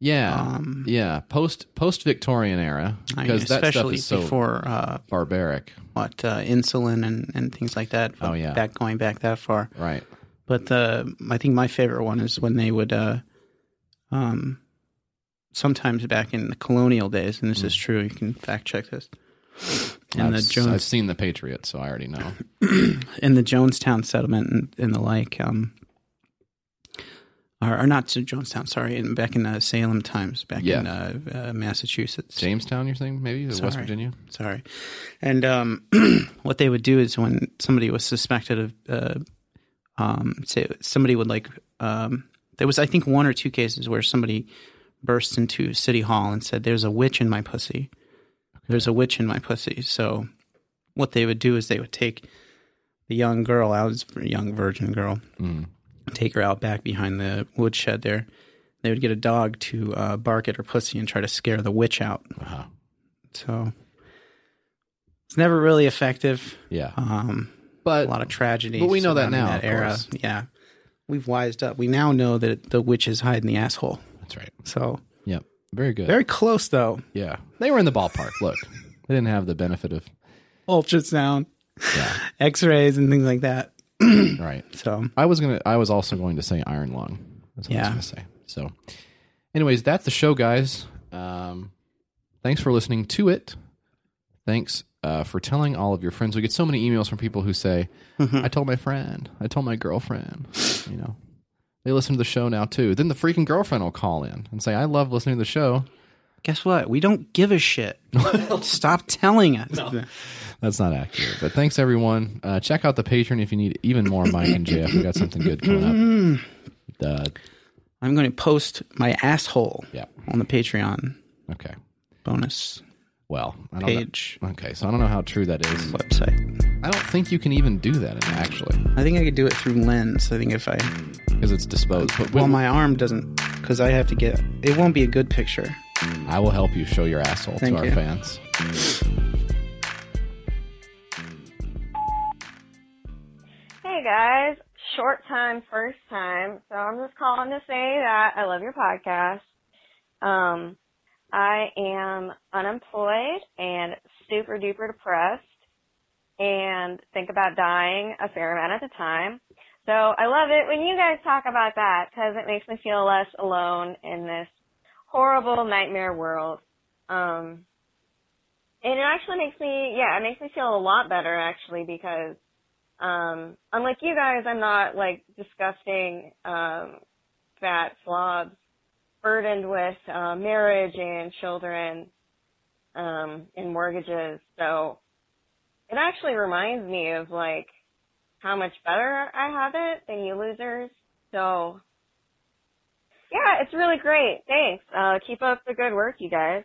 Speaker 3: Yeah, yeah. Post post Victorian era
Speaker 4: Um, I mean,
Speaker 3: because that stuff
Speaker 4: especially
Speaker 3: is so
Speaker 4: before uh,
Speaker 3: barbaric.
Speaker 4: what uh, insulin and, and things like that.
Speaker 3: Oh, yeah.
Speaker 4: back going back that far.
Speaker 3: Right.
Speaker 4: But the I think my favorite one is when they would, uh, um, sometimes back in the colonial days, and this
Speaker 3: Hmm.
Speaker 4: is true. You can fact check this. And
Speaker 3: I've,
Speaker 4: the
Speaker 3: s-
Speaker 4: Jones
Speaker 3: I've seen the Patriot, so I already know.
Speaker 4: in the Jonestown settlement and, and the like, um, or, or not to Jonestown, sorry, in, back in uh, Salem times, back
Speaker 3: Yeah.
Speaker 4: in uh, uh, Massachusetts.
Speaker 3: Jamestown, you're saying maybe Or West
Speaker 4: Sorry.
Speaker 3: Virginia.
Speaker 4: Sorry. And um, what they would do is when somebody was suspected of, uh, um, say, somebody would like, um, there was, I think, one or two cases where somebody burst into City Hall and said, There's a witch in my pussy. There's a witch in my pussy. So what they would do is they would take the young girl out, this young virgin girl, take her out back behind the woodshed there. They would get a dog to uh, bark at her pussy and try to scare the witch out. So it's never really effective.
Speaker 3: Yeah,
Speaker 4: Um,
Speaker 3: but
Speaker 4: a lot of tragedy.
Speaker 3: but we know that
Speaker 4: surrounding
Speaker 3: now, of
Speaker 4: era,
Speaker 3: course.
Speaker 4: yeah, we've wised up. We now know that the witches hide in the asshole.
Speaker 3: that's right.
Speaker 4: So
Speaker 3: Yep, very good.
Speaker 4: very close though.
Speaker 3: yeah, they were in the ballpark. Look, they didn't have the benefit of
Speaker 4: Ultrasound, X-rays, and things like that.
Speaker 3: right.
Speaker 4: So
Speaker 3: I was gonna. I was also going to say Iron Lung. That's what
Speaker 4: Yeah.
Speaker 3: I was gonna say. So, anyways, that's the show, guys. Um, thanks for listening to it. Thanks uh, for telling all of your friends. We get so many emails from people who say, "I told my friend. I told my girlfriend." You know, they listen to the show now too. Then the freaking girlfriend will call in and say, "I love listening to the show."
Speaker 4: guess what? We don't give a shit. Stop telling us.
Speaker 3: That's not accurate. But thanks everyone. Uh, check out the Patreon if you need even more Mike and Jeff. We got something good coming up. Uh,
Speaker 4: I'm going to post my asshole
Speaker 3: Yeah.
Speaker 4: on the Patreon
Speaker 3: uh, okay.
Speaker 4: bonus
Speaker 3: Well, I don't know-
Speaker 4: page
Speaker 3: Okay, so I don't know how true that is.
Speaker 4: website.
Speaker 3: I don't think you can even do that actually
Speaker 4: I think I could do it through Lens. I think if I
Speaker 3: because it's disposed. But
Speaker 4: Well,
Speaker 3: we-
Speaker 4: my arm doesn't, because I have to get. It won't be a good picture.
Speaker 3: I will help you show your asshole to
Speaker 4: Thank
Speaker 3: our
Speaker 4: you.
Speaker 3: fans.
Speaker 11: Hey guys, short time, first time. So I'm just calling to say that I love your podcast. Um, I am unemployed and super duper depressed and think about dying a fair amount at a time. So I love it when you guys talk about that because it makes me feel less alone in this horrible nightmare world. Um, and it actually makes me, yeah, it makes me feel a lot better actually because um, unlike you guys, I'm not like disgusting, um, fat slobs burdened with, uh, marriage and children, um, and mortgages. So it actually reminds me of like how much better I have it than you losers. So yeah, it's really great. Thanks. Uh, keep up the good work, you guys.